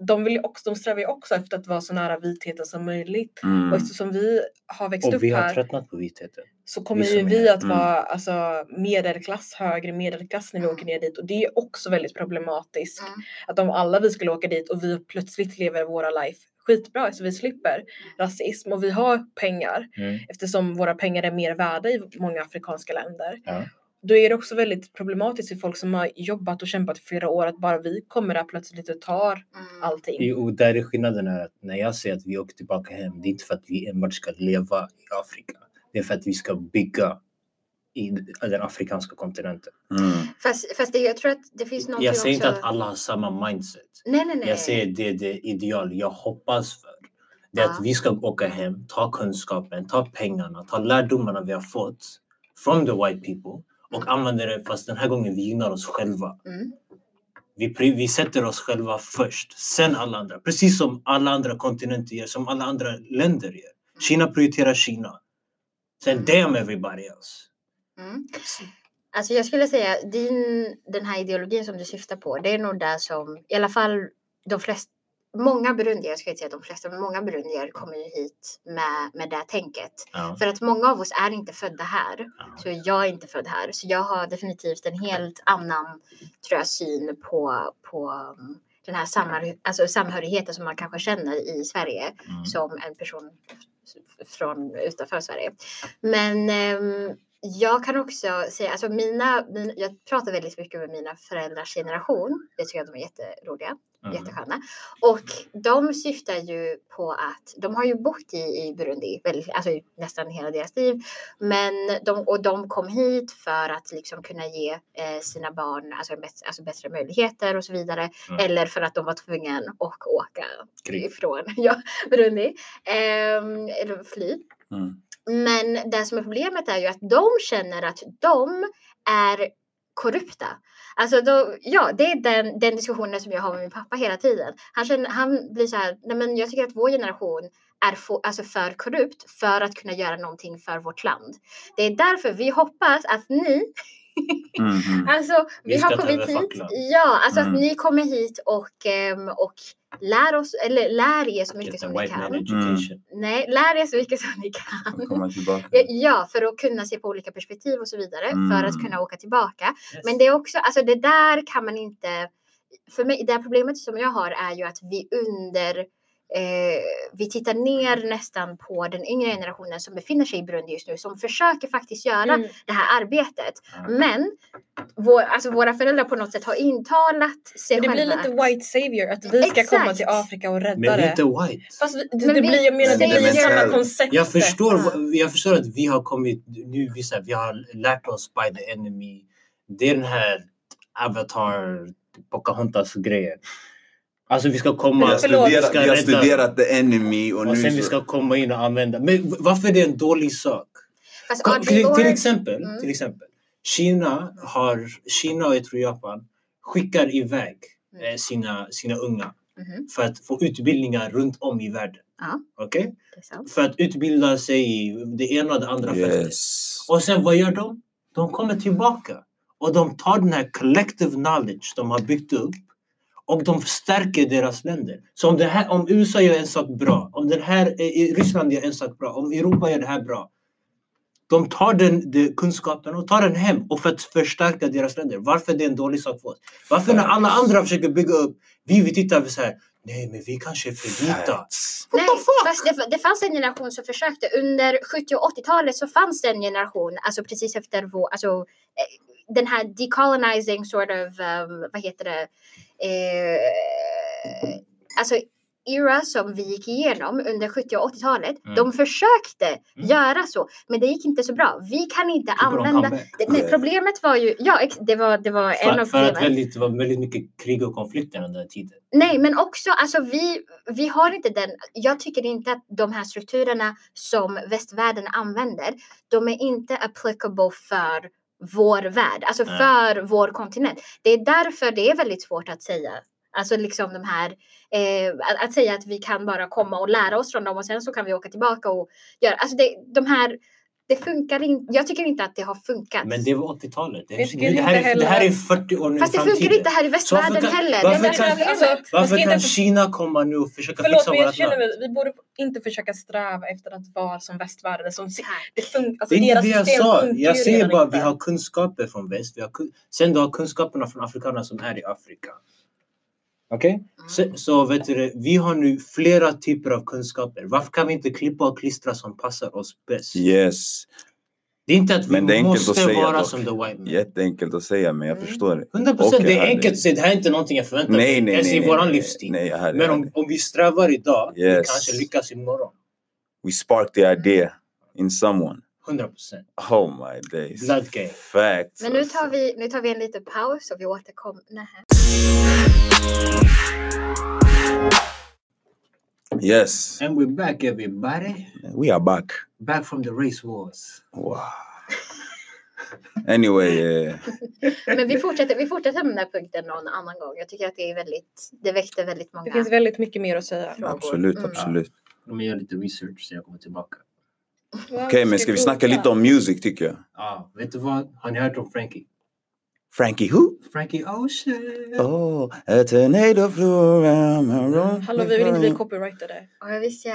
S4: de, vill ju också, de strävar ju också efter att vara så nära vitheten som möjligt.
S2: Mm.
S4: Och eftersom vi har växt upp
S5: Och vi har liksom
S4: här
S5: tröttnat på vitheten.
S4: så kommer
S5: vi
S4: ju
S5: som
S4: vi
S5: är-
S4: att
S2: mm.
S4: vara alltså, medelklass, högre medelklass när vi åker ner dit och det är också väldigt problematiskt.
S1: Mm.
S4: Att om alla vi skulle åka dit och vi plötsligt lever våra life skitbra så vi slipper rasism och vi har pengar
S5: Mm.
S4: eftersom våra pengar är mer värda i många afrikanska länder.
S5: Ja.
S4: Då är det också väldigt problematiskt för folk som har jobbat och kämpat i flera år att bara vi kommer där plötsligt och tar
S1: Mm.
S4: allting.
S5: Jo, Och där är skillnaden är att när jag säger att vi åker tillbaka hem, det är inte för att vi enbart ska leva i Afrika. Det är för att vi ska bygga i den afrikanska kontinenten.
S2: Mm.
S1: Fast, fast det, jag tror att det finns något
S5: Jag säger inte att alla har samma mindset.
S1: Nej, nej, nej.
S5: Jag säger det är det ideal jag hoppas för. Det är att
S1: Ja.
S5: vi ska åka hem, ta kunskapen, ta pengarna, ta lärdomarna vi har fått from the white people och använder det fast den här gången vi gynnar oss själva.
S1: Mm.
S5: Vi, pri- vi sätter oss själva först, sen alla andra. Precis som alla andra kontinenter gör, som alla andra länder gör. Kina prioriterar Kina. Sen
S1: Mm.
S5: damn everybody else.
S1: Mm. Alltså jag skulle säga din, den här ideologin som du syftar på, det är nog där som i alla fall de flesta, många burundier, jag ska inte säga de flesta, men många burundier kommer ju hit med, med det tänket.
S5: Ja.
S1: För att många av oss är inte födda här.
S5: Ja.
S1: Så jag är inte född här. Så jag har definitivt en helt annan tror jag, syn på, på um, den här samhör- alltså samhörigheten som man kanske känner i Sverige
S5: Mm.
S1: som en person f- från utanför Sverige. Men ehm, jag kan också säga, alltså mina, min, jag pratar väldigt mycket med mina föräldrars generation. Jag tycker att de är jätteroliga,
S5: Mm.
S1: jättesköna. Och de syftar ju på att, de har ju bott i, i Burundi väldigt, alltså i nästan hela deras liv. Men de, och de kom hit för att liksom kunna ge eh, sina barn alltså, en bättre, alltså bättre möjligheter och så vidare.
S5: Mm.
S1: Eller för att de var tvungna att åka
S5: Krig.
S1: ifrån ja, Burundi. Ehm, eller fly.
S2: Mm.
S1: Men det som är problemet är ju att de känner att de är korrupta. Alltså då, ja, det är den, den diskussionen som jag har med min pappa hela tiden. Han, känner, han blir så här, nej men jag tycker att vår generation är få, alltså för korrupt för att kunna göra någonting för vårt land. Det är därför vi hoppas att ni
S2: Mm. Mm.
S1: Alltså, vi,
S5: Vi ska
S1: har
S5: ta
S1: kommit
S5: över
S1: hit.
S5: facklan.
S1: Ja, alltså
S2: Mm.
S1: att ni kommer hit och, ehm, och lär oss, eller lär er så mycket
S5: Get the
S1: som ni
S5: white man
S1: kan.
S5: education.
S1: Nej, lär er så mycket som ni kan.
S2: Och komma tillbaka.
S1: Ja, för att kunna se på olika perspektiv och så vidare, för att
S2: Mm.
S1: kunna åka tillbaka.
S5: Yes.
S1: Men det är också, alltså det där kan man inte, för mig, det här problemet som jag har är ju att vi under Eh, vi tittar ner nästan på den yngre generationen som befinner sig i Burundi just nu som försöker faktiskt göra
S6: Mm.
S1: det här arbetet.
S5: Ja.
S1: Men vår, alltså våra föräldrar på något sätt har intalat sig
S6: Men det blir
S1: själva.
S6: lite white savior att vi ska komma
S1: Exakt.
S6: till Afrika och
S5: Men
S6: rädda
S5: vi är
S6: det.
S5: inte white.
S6: Fast vi, det,
S1: Men
S6: det
S1: vi-
S6: blir, jag menar det
S2: Men det
S6: blir ju
S2: menar jag.
S6: samma koncept.
S5: Jag förstår,
S1: Ja.
S5: vad- jag förstår att vi har kommit nu, vi, så här, vi har lärt oss by the enemy. Det är den här avatar Pocahontas grejen. Alltså vi ska
S2: Vi
S5: komma,
S2: har
S6: förlåt.
S5: vi
S2: studerat,
S5: ska
S2: vi har
S5: rädda
S2: studerat the enemy och,
S5: och
S2: nu
S5: sen vi
S2: så-
S5: ska komma in och använda. Men v- varför är det en dålig sak?
S1: Fast
S5: Ko-
S1: Audrey
S5: Till, till,
S1: Lorde-
S5: exempel,
S1: Mm.
S5: till exempel, Kina har, Kina och jag tror Japan skickar iväg
S1: Mm.
S5: eh, sina, sina unga
S1: Mhm,
S5: för att få utbildningar runt om i världen.
S1: Ja.
S5: Okej?
S1: det är sant.
S5: För att utbilda sig i det ena och det andra fältet.
S2: Yes.
S5: Och sen vad gör de? De kommer tillbaka och de tar den här collective knowledge de har byggt upp och de stärker deras länder. Så om, det här, om USA gör en sak bra, om den här, eh, i Ryssland gör en sak bra, om Europa gör det här bra. De tar den, de kunskapen och tar den hem och för att förstärka deras länder. Varför är det en dålig sak för oss? Varför när alla andra försöker bygga upp, vi, vi tittar så här, nej men vi kanske är för vita.
S2: Facts.
S1: Nej, fast det, det fanns en generation som försökte. Under 70 och 80-talet så fanns det en generation, alltså precis efter vår, alltså eh, den här decolonizing sort of, um, vad heter det, eh, alltså era som vi gick igenom under 70 och 80-talet.
S5: Mm.
S1: De försökte
S5: Mm.
S1: göra så, men det gick inte så bra. Vi kan inte
S5: Tycker de
S1: använda
S5: comeback?
S1: Det, nej,
S2: Nej.
S1: problemet var ju, ja ex- det var, det var en
S5: För,
S1: av
S5: för att
S1: problemen.
S5: väldigt, det var väldigt mycket krig och konflikter under den tiden.
S1: Nej men också, alltså vi, vi har inte den, jag tycker inte att de här strukturerna som västvärlden använder, de är inte applicable för vår värld, alltså
S5: Nej.
S1: för vår kontinent. Det är därför det är väldigt svårt att säga, alltså liksom de här, eh, att, att säga att vi kan bara komma och lära oss från dem och sen så kan vi åka tillbaka och göra, alltså det, de här, det funkar inte, jag tycker inte att det har funkat.
S5: Men det var 80-talet. Det,
S6: Vi
S5: är-
S6: skulle
S5: nu- det, här,
S6: inte
S5: är- det här är
S6: heller-
S5: 40 år nu i
S1: Fast det funkar
S5: framtiden.
S1: inte här i västvärlden
S5: varför kan-
S1: heller.
S5: varför
S1: det är där
S5: kan-
S1: jag blir-
S6: alltså, man
S5: Varför
S6: ska
S5: kan
S6: inte,
S5: Kina komma nu och försöka
S6: förlåt
S5: fixa
S6: men jag
S5: vårt
S6: känner
S5: land?
S6: mig, alltså, vi borde inte försöka sträva efter att vara som västvärlden. Som, si- det funkar,
S5: Det
S6: alltså,
S5: är inte
S6: deras
S5: det jag
S6: system
S5: sa.
S6: funkar
S5: Jag
S6: ju
S5: säger
S6: redan
S5: bara
S6: inte.
S5: vi har kunskaper från väst. Vi har kun... Sen du har kunskaperna från afrikanerna som är i Afrika. Okej?
S6: Mm.
S5: Så, så vet du det, vi har nu flera typer av kunskaper. Varför kan vi inte klippa och klistra som passar oss bäst?
S2: Yes.
S5: Det är inte att vi
S2: Men det är enkelt
S5: måste
S2: att säga
S5: vara
S2: dock.
S5: som the white man.
S2: Jätteenkelt att säga men jag
S1: Mm.
S2: förstår det.
S5: 100 procent.
S2: Och
S5: Det
S2: jag
S5: är
S2: hade-
S5: enkelt att säga. Det här är inte någonting jag förväntar mig.
S2: Nej, nej,
S5: ens
S2: nej.
S5: i
S2: nej,
S5: våran
S2: nej.
S5: livsstil.
S2: Nej, jag hade,
S5: Men
S2: jag
S5: om,
S2: hade.
S5: om vi strävar idag, vi
S2: Yes.
S5: kanske lyckas imorgon.
S2: We sparked the idea in someone.
S5: 100 procent.
S2: Oh my days.
S5: Blood game.
S2: Facts.
S1: Men nu tar, vi, nu tar vi en liten paus och vi återkommer. Nähä.
S2: Yes.
S5: And we're back everybody.
S2: We are back.
S5: Back from the race wars.
S2: Wow. Anyway, eh,
S1: Men vi fortsätter, vi fortsätter med den här punkten någon annan gång. Jag tycker att det är väldigt, det väckte väldigt många.
S4: Det finns väldigt mycket mer att säga.
S1: Frågor.
S2: absolut,
S1: Mm.
S2: absolut.
S5: Men gör lite research så jag kommer tillbaka.
S2: Okej, men ska vi snacka lite om music tycker jag?
S5: Ja, vet du vad? Har ni hört om Frankie?
S2: Frankie who?
S4: Mm.
S5: Frankie Ocean!
S2: Oh, a tornado flew around my room.
S4: Mm. Hallå, vi vill inte
S2: Mm.
S4: bli copyrightade.
S1: Ja, visst ja.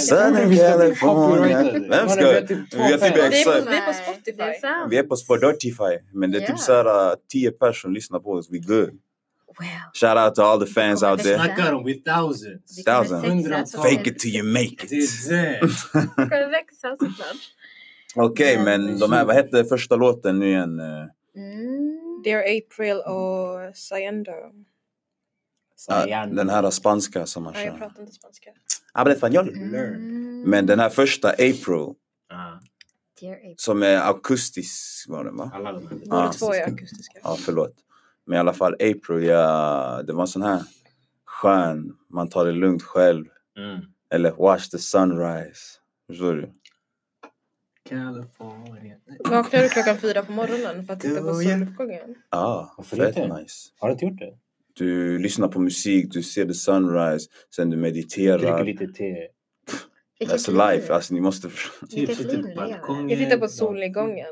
S2: Southern California. Vem ska... Vi har typ
S4: Det är
S2: exakt...
S4: på- det är på
S1: Nej,
S4: Spotify.
S1: det är sant.
S2: Vi är på Spotify, men det är
S1: Ja.
S2: typ såhär 10 personer lyssnar på oss. We good.
S1: Wow.
S2: Shout out to all the fans out there.
S5: Snackar om with thousands!
S1: Vi kommer
S2: Thousand.
S1: växa
S5: Hundratals.
S1: såklart.
S2: Fake it till you make it.
S5: Det är det!
S1: Vi kommer växa såklart.
S2: Okej,
S4: Mm.
S2: men de här, vad hette första låten nu igen? Eh,
S1: Mm.
S4: Dear April och Sayendo.
S2: ah,
S5: Sayang.
S2: den här spanska som man
S4: Nej, jag
S2: kör.
S4: pratar inte spanska.
S2: Habla español.
S1: Mm.
S2: Men den här första, April,
S5: Ja,
S1: Dear April.
S2: som är akustisk var den va?
S5: alla de här.
S4: Båda
S2: Ja.
S4: två är akustiska.
S2: Ja, förlåt. Men i alla fall April, ja, det var en sån här skön, man tar det lugnt själv.
S5: Mm.
S2: Eller watch the sunrise. Förstår du?
S5: California.
S4: Vaknar du klockan fyra på morgonen för att titta på
S3: Oh, yeah.
S4: soluppgången?
S2: Ah,
S5: Varför
S2: fett
S5: inte?
S2: nice.
S5: Har du inte gjort det?
S2: Du lyssnar på musik, du ser the sunrise, sen du
S5: Dricker
S2: mediterar.
S5: lite te.
S1: Vilket
S2: That's
S1: liv.
S2: life, alltså ni måste förstå.
S1: Vilket
S5: Typ sitter
S1: liv
S5: på balkongen.
S4: Jag tittar på solnedgången.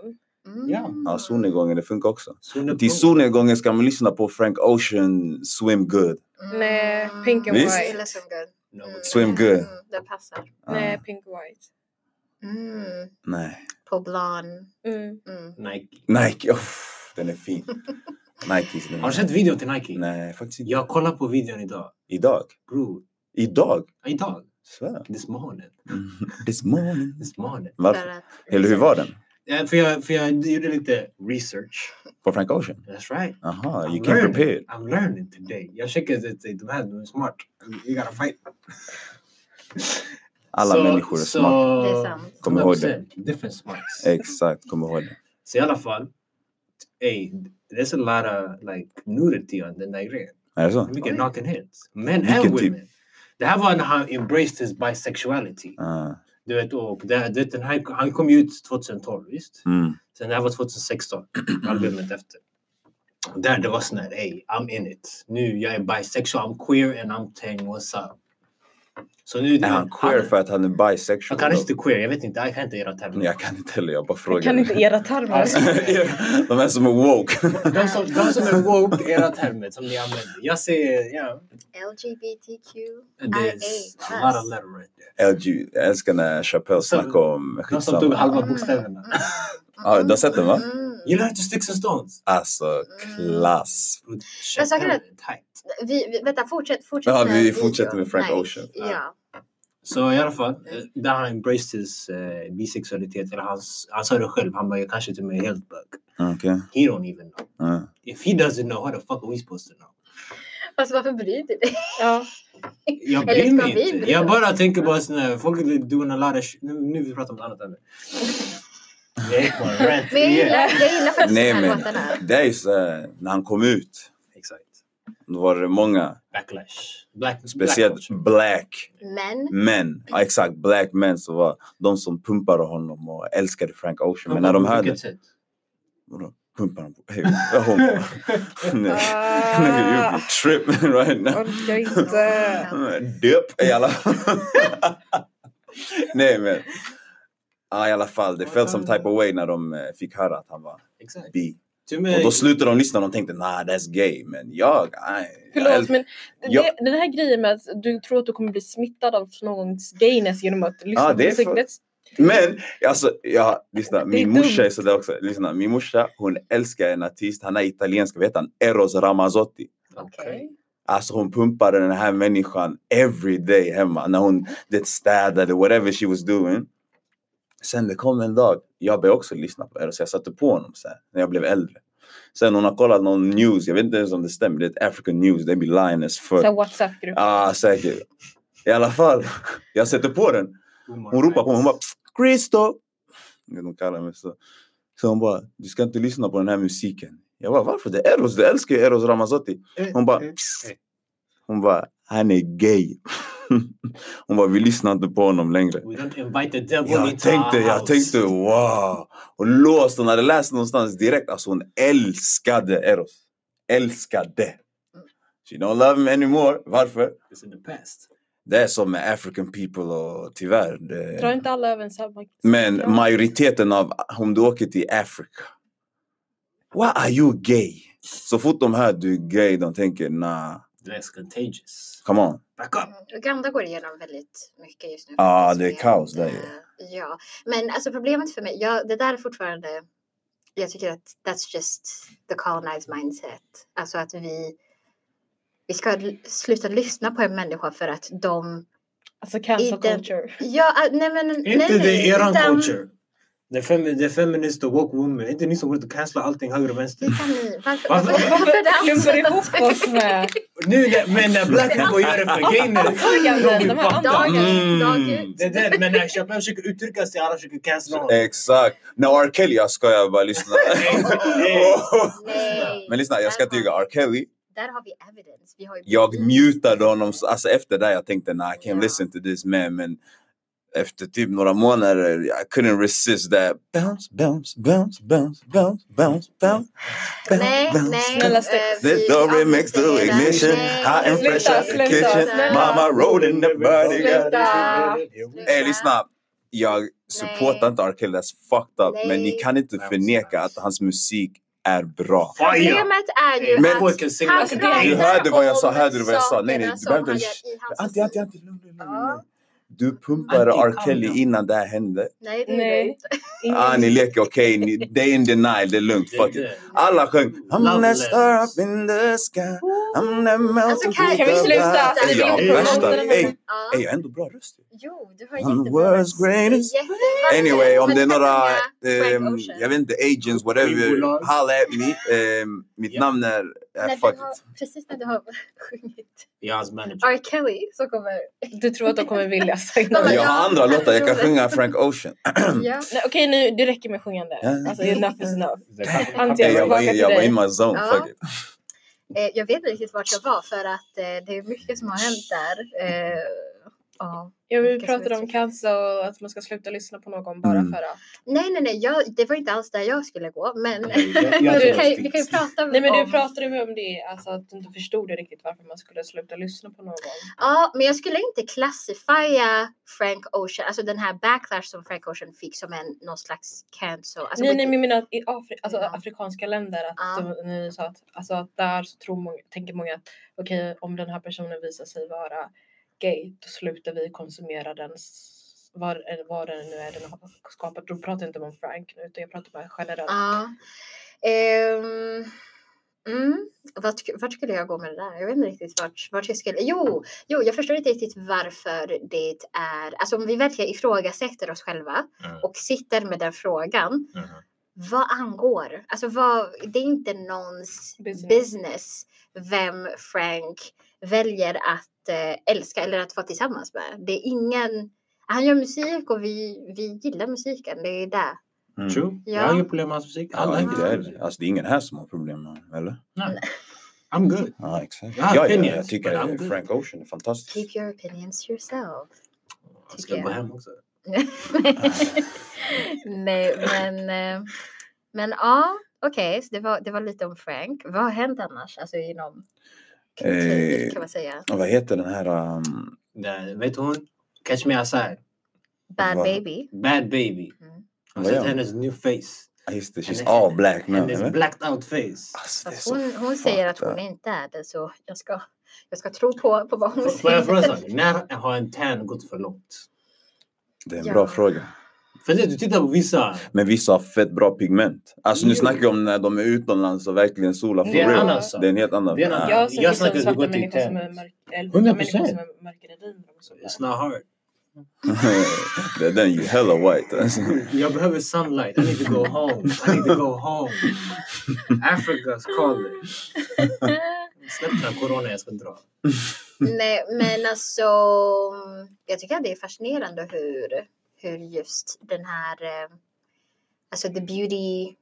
S1: Mm.
S5: Ja.
S2: Ja, solnedgången, det funkar också.
S5: Solnedgång.
S2: Till solnedgången ska man lyssna på Frank Ocean, Swim Good.
S1: Mm.
S4: Nej, pink and
S2: Visst?
S1: Jag
S4: white.
S1: gillar Swim Good.
S5: Något.
S1: Mm.
S2: Swim Good.
S1: Mm, det passar.
S2: Ah,
S4: Nej, pink och white.
S1: Mm.
S2: nej.
S1: På blond.
S4: Mm.
S1: Mm.
S5: Nike.
S2: Nike, uff, den är fin. Nikes. den är-
S5: Har du sett videon till Nike?
S2: Nej, faktiskt inte.
S5: Jag kollar på videon idag.
S2: Idag?
S5: Bro,
S2: Idag?
S5: idag.
S2: Svär.
S5: This morning.
S2: This morning.
S5: This morning.
S1: För
S2: Varför?
S1: att,
S2: Eller hur var den?
S5: Ja, för, jag, för jag gjorde lite research.
S2: På Frank Ocean?
S5: That's right.
S2: Aha, Uh, you
S5: I'm
S2: came
S5: learning.
S2: prepared.
S5: I'm learning today. Jag checkade att de här de är smart. You gotta fight.
S2: Alla
S5: Så-
S2: människor är
S5: så-
S2: smarta.
S1: Det är sant.
S2: Kom ihåg det.
S5: 100%. Different smarts.
S2: Exakt, kom ihåg det.
S5: Så i alla fall. Hey, there's a lot of like nudity on the Nigerian.
S2: Är det så?
S5: Mycket knocking heads. Men
S2: Vilken
S5: and
S2: typ?
S5: women. Det här var när han embraced his bisexuality.
S2: Ah,
S5: Du vet, och det, det, den här, han kom ju ut 2012, visst?
S2: mm.
S5: Sen det här var 2016, albumet efter. Där det var sån här, hey, I'm in it. Nu, jag är bisexual, I'm queer and I'm tang, what's up? Så nu...
S2: Är han queer för att han är
S5: Jag
S2: bisexual?
S5: kan inte queer, jag vet inte, jag kan inte era termer.
S2: Jag kan inte heller, jag bara
S4: Jag kan
S2: frågar.
S4: inte era termer.
S2: Alltså. De här som är woke.
S5: De som, de som är woke, era termer som ni använder. Jag säger, ja.
S1: LGBTQ.
S5: There's a lot of letter right there.
S2: LG, jag älskar när Chappelle
S5: Som-
S2: snackar om
S5: De som tog halva
S1: Mm.
S5: bokstäverna.
S2: Ja, du har sett den, va?
S1: Mm.
S5: Gillar inte Sticks and Stones?
S2: Alltså, klass.
S1: Jag sa det.
S5: Tight.
S1: Vi, vi, vänta, fortsätt. fortsätt
S2: Ja,
S1: med
S2: vi
S1: videon.
S2: fortsätter med Frank
S1: Nej,
S2: Ocean.
S1: Ja.
S5: Så i alla fall, eh, där han embraced his eh, bisexualitet. Eller han, s- han sa det själv, han bara jag kanske till och med är helt bög.
S2: Okej.
S5: He don't even know.
S2: ja.
S5: If he doesn't know, how the fuck are we supposed to know?
S1: Alltså varför bryr du dig?
S4: Ja.
S5: Jag
S1: Eller
S5: bryr
S1: ska
S5: mig
S1: vi
S5: inte.
S1: bry
S5: Jag
S1: oss?
S5: bara tänker bara sådär, folk är doing a lot of shit. Nu, nu vi pratar om ett annat ämne. Jag gick på en rant
S1: Men jag gillar,
S5: igen.
S1: jag gillar faktiskt
S2: Nej,
S1: den här
S2: men-
S1: låtarna.
S2: Det är ju så här, när han kom ut,
S5: Exakt.
S2: då var det många,
S5: Backlash. Black,
S2: speciellt
S5: Black
S2: black
S1: Men
S2: män, ja, exakt black män som var de som pumpade honom och älskade Frank Ocean.
S5: culture.
S2: Men när de
S5: På
S2: hörde...
S5: vilket sätt?
S2: Vadå? Pumpar han på... Hey, jag homo. Nej. Nigga, you're tripping right now.
S4: Ah, Orkar inte.
S2: Döp i alla Nej men. Ja i alla fall, det felt some type of way när de eh, fick höra att han var
S5: Exakt.
S2: bi.
S5: Till
S2: Och
S5: mig,
S2: då slutade de lyssna och de tänkte nah that's gay. Men jag, nej. jag
S4: Förlåt,
S2: älsk-
S4: men
S2: Alltså, Ja.
S4: det, den här grejen med att du tror att du kommer bli smittad av någons gayness genom att lyssna
S2: Ja,
S4: på
S2: Ah, det är
S4: musik.
S2: för-
S4: Det,
S2: Men alltså, jag, lyssna,
S4: Det är
S2: min morsa
S4: dumt.
S2: är sådär också. Lyssna, min morsa hon älskar en artist, han är italiensk, vad heter han? Eros Ramazzotti.
S1: okej.
S2: Alltså hon pumpade den här människan every day hemma när hon det städade, whatever she was doing. Sen det kom en dag, jag började också lyssna på Eros, jag satte på honom sen när jag blev äldre. Sen hon har kollat någon news, jag vet inte ens om det stämmer, det är ett African news, they be lying as fuck.
S4: Såhär
S2: Ja,
S4: Whatsapp-grupp.
S2: ah, säkert. I alla fall, jag sätter på den. Hon ropar på mig, hon bara Christo! Jag vet inte, Hon kallar mig så. Så hon bara, du ska inte lyssna på den här musiken. Jag bara, varför? Det är
S5: Mm.
S2: Eros, du älskar ju Eros Ramazzotti. Hon bara,
S3: Eh,
S2: hon bara, han är gay. Hon bara, vi lyssnar inte på honom längre.
S5: We don't invite the devil
S2: Jag
S5: into
S2: tänkte,
S5: our
S2: jag
S5: house.
S2: tänkte wow. Och låst, hon hade läst någonstans direkt. Alltså hon älskade Eros. Älskade. She don't love him anymore. Varför?
S5: It's in the past.
S2: Det är som med African people och tyvärr. Det...
S6: Drar inte alla över en samma
S2: Ah. Men
S6: Ja.
S2: majoriteten av om du åker till Afrika. Why are you gay? Så fort de hör du är gay, de tänker nah,
S5: That's contagious.
S2: come on.
S5: Back up!
S1: Mm, Uganda går igenom väldigt mycket just nu.
S2: Ja,
S1: faktiskt,
S2: Ah, det är
S1: med,
S2: kaos där ju.
S1: eh, Ja, men alltså problemet för mig, ja, det där är fortfarande, jag tycker att that's just the colonized mindset. Alltså att vi, vi ska l- sluta lyssna på en människa för att de,
S6: Alltså cancel
S1: Inte-
S6: culture.
S1: ja, ah, nej men, nej,
S5: Inte det
S1: nej,
S5: är eran
S1: utan-
S5: culture. Det är, fem, det är feminist och woke women. Inte ni som går ut och cancelar allting höger och vänster.
S1: Titta ni, varför,
S5: Varför-
S1: varför, varför
S6: Klumpar
S1: dansar
S6: ihop oss med
S5: Nu när, men när black people gör det för gayness.
S6: antaganden. De här
S1: Dagen,
S6: antaganden.
S1: dag
S2: Mm.
S1: ut.
S5: Det är det, men när Chapin försöker uttrycka sig, alla försöker cancella honom.
S2: Exakt. När R. Kelly, jag skojar bara lyssna.
S5: Mm. Nej.
S1: Nej.
S2: Men lyssna, jag ska
S1: Där har-
S2: tyga R. Kelly.
S1: Där har vi evidence. Vi har ju
S2: Jag
S1: bevis.
S2: mutade honom. så- Alltså efter det jag tänkte nah, I can't
S1: Ja.
S2: listen to this man. Men efter typ några månader, I couldn't resist that. Bounce, bounce, bounce, bounce, bounce, bounce, bounce. bounce,
S1: Nej, nej.
S2: bounce, bounce.
S6: Snälla, släpp.
S1: eh, vi
S2: This door remix to
S1: avslutar
S2: ignition,
S1: där.
S2: hot and
S1: Nej.
S2: fresh
S6: Sluta,
S2: out the
S6: sluta,
S2: kitchen.
S6: snälla.
S2: Mama rolling the body.
S6: Sluta.
S2: Ey lyssna, jag supportar
S1: Nej.
S2: inte R. Kelly, that's fucked up. Men ni
S1: Nej.
S2: kan inte
S5: Nej,
S2: förneka
S5: absolut.
S2: att hans musik är bra.
S5: Fire!
S1: Problemet är ju
S2: Men-
S1: att han
S6: Alltså, det är-
S2: Du
S1: pratar
S2: hörde vad jag sa,
S1: om
S2: hörde du vad jag sa? Nej, nej,
S1: sakerna
S2: du behöver
S1: som
S2: inte-
S1: han gör i hans
S2: Anti, anti,
S1: musik.
S2: anti. lugn, lugn, lugn,
S1: Ja.
S2: lugn. Du pumpade
S5: Anti,
S2: R.
S5: calm
S2: Kelly
S5: down.
S2: innan det här hände.
S1: Nej, det är
S6: Nej.
S1: det inte.
S2: Ah, ni
S6: Ingen-
S2: leker okej, ni- they in denial, det är lugnt. Fuck it. Alla sjöng I'm
S5: Love
S2: that star
S5: letters.
S2: up in the sky I'm that mountain
S1: Alltså, kan- Alltså,
S6: kan vi sluta?
S2: Ey, jag
S6: Vi vill inte prata
S2: värsta-
S6: om det här.
S2: ey,
S1: Ja.
S2: ey, jag har ändå bra röst.
S1: Jo, du har
S2: I'm the
S1: jättebra
S2: world's
S1: röst.
S2: greatest.
S1: Jättevacker.
S2: Anyway, om
S1: Men
S2: det är
S1: kan
S2: några,
S1: sjunga Frank
S2: ehm,
S1: Ocean.
S2: jag vet inte, agents, whatever,
S5: Skivbolag.
S2: holla at me. Ehm, mitt
S5: Ja.
S2: namn är,
S1: När
S2: eh,
S1: du
S2: fuck
S1: har-
S2: it.
S1: Precis när du har sjungit
S5: Jag är hans manager.
S1: R. Kelly så kommer...
S6: Du tror att de kommer vilja signa
S1: Ja, men-
S6: dig.
S2: Jag har andra låtar, jag kan sjunga Frank Ocean.
S1: Ja.
S6: Nej, Okej nu, det räcker med sjungande.
S2: Ja.
S6: Alltså enough is enough.
S2: Ey,
S6: Antingen
S2: Jag var in-
S6: tillbaka
S2: jag
S6: till
S2: var
S6: dig.
S2: in my zone,
S1: Ja.
S2: fuck it.
S1: Eh, jag vet inte riktigt vart jag var för att eh, det är mycket som har hänt där. Eh, ja.
S6: Ja, men vi
S1: Mycket som
S6: pratade
S1: är
S6: om
S1: tråkigt.
S6: cancer och att man ska sluta lyssna på någon bara
S2: Mm.
S6: för att.
S1: Nej, nej, nej, jag, det var inte alls där jag skulle gå, men
S5: jag
S1: vi,
S5: tror
S1: kan, ju- vi
S5: det
S1: kan ju
S5: finns.
S1: prata
S6: Nej men
S1: om...
S6: du pratade ju om det, alltså att du inte förstod det riktigt varför man skulle sluta lyssna på någon.
S1: Ja, men jag skulle inte klassifiera Frank Ocean, alltså den här backlash som Frank Ocean fick som en någon slags cancel. Alltså,
S6: nej
S1: men-
S6: nej men jag menar att i Afri- alltså,
S1: Ja.
S6: afrikanska länder, att
S1: Ja.
S6: de, ni sa att, alltså, att där så tror många, tänker många att okej om den här personen visar sig vara gay då slutar vi konsumera den s- vad eller vad det nu är den har skapat. Då pratar jag inte om Frank nu utan jag pratar bara generellt.
S1: Ja. Ehm, mm. vart, sk- vart skulle jag gå med det där? Jag vet inte riktigt vart, vart jag skulle... Jo, jo, jag förstår inte riktigt varför det är... Alltså om vi verkligen ifrågasätter oss själva
S5: Mm.
S1: och sitter med den frågan.
S5: Mhm.
S1: Vad angår? Alltså vad, det är inte någons
S6: Business.
S1: business, vem Frank väljer att eh, älska eller att vara tillsammans med. Det är ingen... Han gör musik och vi, vi gillar musiken. Det är det.
S2: Mm.
S5: True.
S1: Ja.
S5: Jag har inga problem med hans musik. I
S2: Ja,
S5: like
S2: inte
S5: his
S2: heller.
S5: music.
S2: Alltså det är ingen här som har problem med honom, eller?
S5: I'm
S1: Mm.
S5: good.
S2: Ja, exakt.
S5: Jag har
S2: Ja, ja,
S5: opinions,
S2: jag
S5: but
S2: tycker
S5: I'm good.
S2: Frank Ocean är fantastisk.
S1: Keep your opinions to yourself.
S5: Jag ska
S1: jag.
S5: gå hem också.
S1: Nej, men, eh, men ja, okej, så det var, det var lite om Frank. Vad har hänt annars, alltså inom kultur
S2: Eh,
S1: kan man säga?
S2: Och vad heter den här... Um,
S5: Där, vet hon? Catch me outside.
S1: Bad
S2: vad-
S1: baby.
S5: Bad baby.
S1: Mm.
S5: Har
S2: Vad gör
S5: sett
S2: hon?
S5: Alltså, hennes new face.
S2: ah, just det, she's
S5: Hennes-
S2: all black now.
S5: Hennes
S2: eller?
S5: blacked out face.
S2: Alltså, det är
S1: Fast
S2: så
S1: hon, hon säger att hon
S2: fucked up.
S1: inte är det, så jag ska, jag ska tro på, på vad hon
S5: Får jag fråga en
S1: säger.
S5: sak? När har en tan gått för långt?
S2: Det är en
S1: Ja.
S2: bra fråga.
S5: För det, du tittar på vissa.
S2: Men vissa har fett bra pigment. Alltså nu
S5: Jo.
S2: snackar vi om när de är utomlands och verkligen solar for
S5: Det är en
S2: real.
S5: annan sak.
S2: Det är en helt annan.
S5: Det är en annan-
S6: Jag har
S5: Jag
S6: sett liksom
S5: snackar att det
S6: svarta
S5: går till
S6: människor som är
S5: tens.
S6: mörk- eller vita
S5: 100%.
S6: människor som är mörkare din. och så vidare.
S5: It's not hard.
S2: det är den ju hella white. Alltså.
S5: Jag behöver sunlight. I need to go home. I need to go home. Africa's calling. Släpp den här corona jag ska dra. Mm.
S1: Nej, men alltså, jag tycker att det är fascinerande hur, hur just den här, eh, alltså the beauty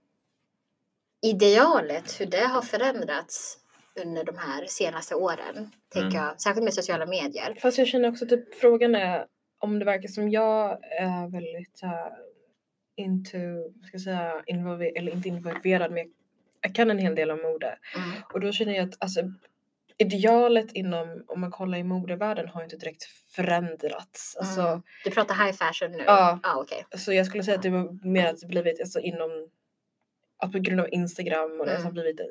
S1: idealet, hur det har förändrats under de här senaste åren. Tänker
S5: Mm.
S1: jag, särskilt med sociala medier.
S4: Fast jag känner också typ frågan är om det verkar som jag är väldigt uh, into, vad ska jag säga, involverad, eller inte involverad men jag- jag kan en hel del om mode.
S1: Mm.
S4: Och då känner jag att alltså, idealet inom, om man kollar i modevärlden har inte direkt förändrats. Alltså,
S1: Mm. Du pratar high fashion nu?
S4: Ja.
S1: Ah, okej.
S4: Så jag skulle säga att det var mer att det blivit alltså, inom att på grund av Instagram och det
S1: Mm.
S4: så har blivit ett,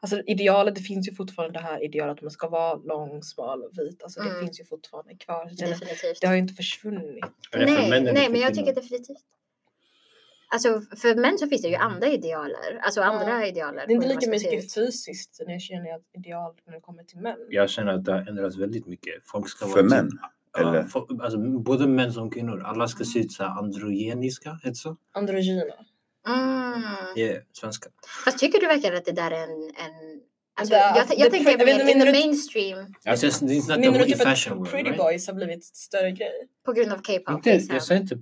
S4: alltså idealet, det finns ju fortfarande det här idealet att man ska vara lång, smal och vit. Alltså det
S1: Mm.
S4: finns ju fortfarande kvar. Så jag känner att
S1: Definitivt.
S4: det har ju inte försvunnit.
S5: Är det för
S1: Nej,
S5: män eller
S1: nej
S5: för
S1: men jag
S5: kvinnor?
S1: tycker definitivt. Alltså för män så finns det ju andra idealer. Alltså andra idealer.
S4: Det är inte
S1: på hur man ska
S4: lika
S1: se ut.
S4: mycket fysiskt när jag känner att ideal när det kommer till män.
S5: Jag känner att det har ändrats väldigt mycket. Folk ska
S2: För
S5: typ-
S2: män?
S5: Ja,
S2: Eller?
S5: fo- alltså, både män som kvinnor. Alla ska se ut så här androgeniska. Heter så?
S4: Androgyna.
S1: Mm.
S5: Yeah, svenska.
S1: Fast tycker du verkligen att det där är en... en alltså,
S4: Det-
S1: jag t-
S4: det-
S1: jag tänker
S4: jag vet inte,
S1: mer in the
S4: menar du-
S1: mainstream
S5: Alltså, it's it's not
S4: Menar
S5: the
S4: du
S5: typ
S4: typ
S5: fashion
S4: att
S5: world,
S4: pretty
S5: right?
S4: boys har blivit ett större grej?
S1: på grund av K-pop.
S5: Inte,
S1: liksom.
S5: jag sa inte...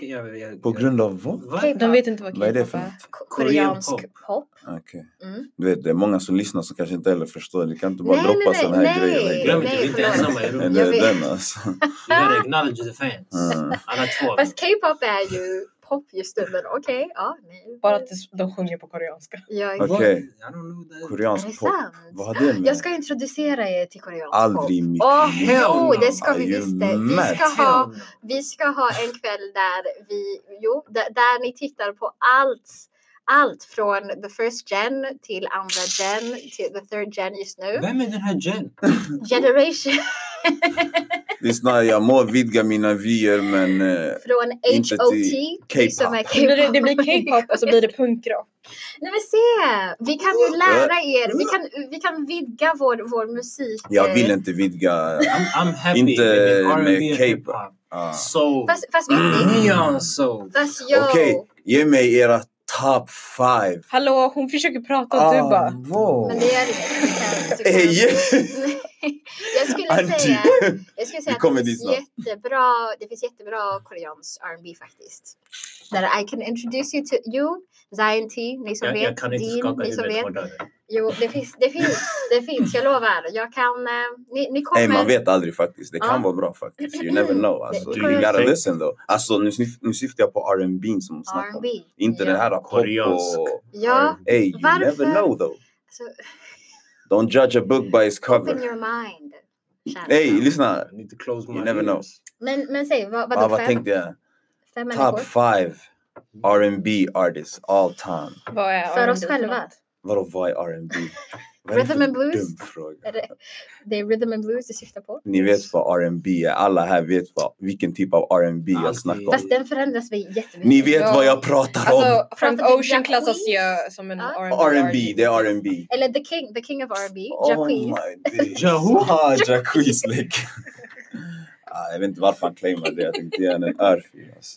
S5: Jag, jag, jag,
S2: På grund av vad?
S5: Va?
S1: K-pop.
S4: De vet inte vad
S2: Vad är det
S4: K-pop
S2: för något?
S1: Ko-
S5: Korean
S1: Koreansk pop.
S5: pop.
S2: Okej.
S1: Mm.
S2: Du vet, det är många som lyssnar som kanske inte heller förstår. Du kan inte bara
S1: Nej,
S2: droppa
S1: nej,
S2: sådana här
S1: nej.
S2: grejer.
S1: Nej,
S5: Glöm
S2: längre.
S5: inte, vi är inte
S1: förlåt.
S5: ensamma i rummet.
S2: Det
S1: Jag
S2: är
S1: vet.
S2: den alltså.
S5: You gotta acknowledge the fans.
S2: Mm.
S5: Alla två.
S1: Fast K-pop är ju pop just nu. Men okej, ja. Nej.
S4: Bara att det- de sjunger på koreanska.
S1: Jag,
S2: Okej.
S5: I don't know that.
S1: Är det
S2: Koreansk pop.
S1: sant?
S2: Vad har det med?
S1: jag ska introducera er till koreansk
S2: Aldrig i
S1: pop.
S2: mitt
S1: Åh,
S2: liv.
S1: jo, det ska
S2: Are
S1: vi
S2: you
S1: visst det. Vi
S2: mad?
S1: ska ha
S5: Hell no.
S1: Vi ska ha en kväll där vi, jo, där, där ni tittar på allt, allt från the first gen till andra gen till the third gen just nu.
S5: Vem är den här Jen?
S1: Generation
S2: Lyssna, jag må vidga mina vyer men eh,
S1: från
S2: Inte
S1: HOT
S2: till
S1: vi som är
S2: K-pop.
S4: Det blir, det blir
S1: K-pop.
S4: K-pop och så blir det punkrock.
S1: Nej men se! Vi kan ju lära er, vi kan, vi kan vidga vår, vår musik. eh,
S2: jag vill inte vidga.
S5: I'm, I'm happy
S2: Inte
S5: with
S2: med
S5: R&B and
S2: K-pop.
S5: hiphop.
S2: Ah.
S5: Soul.
S1: Fast, fast viktigt.
S5: Neon soul.
S1: Fast yo.
S2: Mm. Okej. Ge mig era top five.
S4: Hallå, hon försöker prata och
S2: Ah.
S4: du bara...
S2: wow.
S1: Men det gör inget. Du kan- du kan-
S2: Hey,
S1: Jag skulle
S2: Anti.
S1: säga Jag skulle säga
S2: Vi kommer
S1: att det
S2: dit
S1: finns, jättebra, det finns jättebra koreansk R&B faktiskt. Där I can introduce you to you, Zion T, ni som
S5: Jag,
S1: vet,
S5: jag kan inte
S1: Dean,
S5: skaka
S1: ni som
S5: huvudet
S1: vet.
S5: hårdare.
S1: Jo, det finns, det finns, det finns, jag lovar. Jag kan, eh, ni, ni kommer.
S2: Nej, man vet aldrig faktiskt. Det kan
S1: Ja. Mm.
S2: vara bra faktiskt. You never know. Alltså,
S1: Det-
S2: you gotta
S5: Korrekt.
S2: listen though. Alltså, nu, sniff- nu syftar jag på R&B som hon snackar om.
S1: R&B.
S2: Inte den här pop
S5: Koreansk.
S2: och...
S1: Ja,
S2: Hey, you
S1: Varför?
S2: never know though.
S1: alltså,
S2: Don't judge a book by its
S1: open
S2: cover.
S1: your mind. kärnan.
S2: Hey, lyssna.
S5: I need to close my
S2: You never know.
S5: ears.
S1: Men, men säg, vad, vadå,
S2: Ah, vad
S1: fem,
S2: tänkte jag?
S1: fem
S2: Top
S1: människor?
S2: five R&B artists all time.
S4: Vad är
S1: För oss
S4: R&B
S1: själva.
S4: något?
S2: Vadå, vad är R&B? Vad är det
S1: Rhythm
S2: för
S1: and blues?
S2: Dum fråga.
S1: Är det, det är rhythm and blues du syftar på?
S2: Ni vet vad R&B är. Alla här vet vad, vilken typ av R&B jag
S5: Alltid.
S2: snackar om.
S1: Fast den förändras vi jättemycket.
S2: Ni vet
S4: Ja.
S2: vad jag pratar om.
S4: Alltså, Frank
S1: Pratar vi
S4: Ocean
S1: drag
S4: klassas
S1: queens?
S4: ju som en
S1: Ja.
S4: R&B
S2: R&B, det är R&B.
S1: Eller the king, the king of R&B,
S2: Oh
S1: Jacquees.
S2: my days.
S5: Jahu.
S2: Ah, Jacquees like. Ah, jag vet inte varför han claimar det. Jag tänkte ge honom en örfil. Alltså.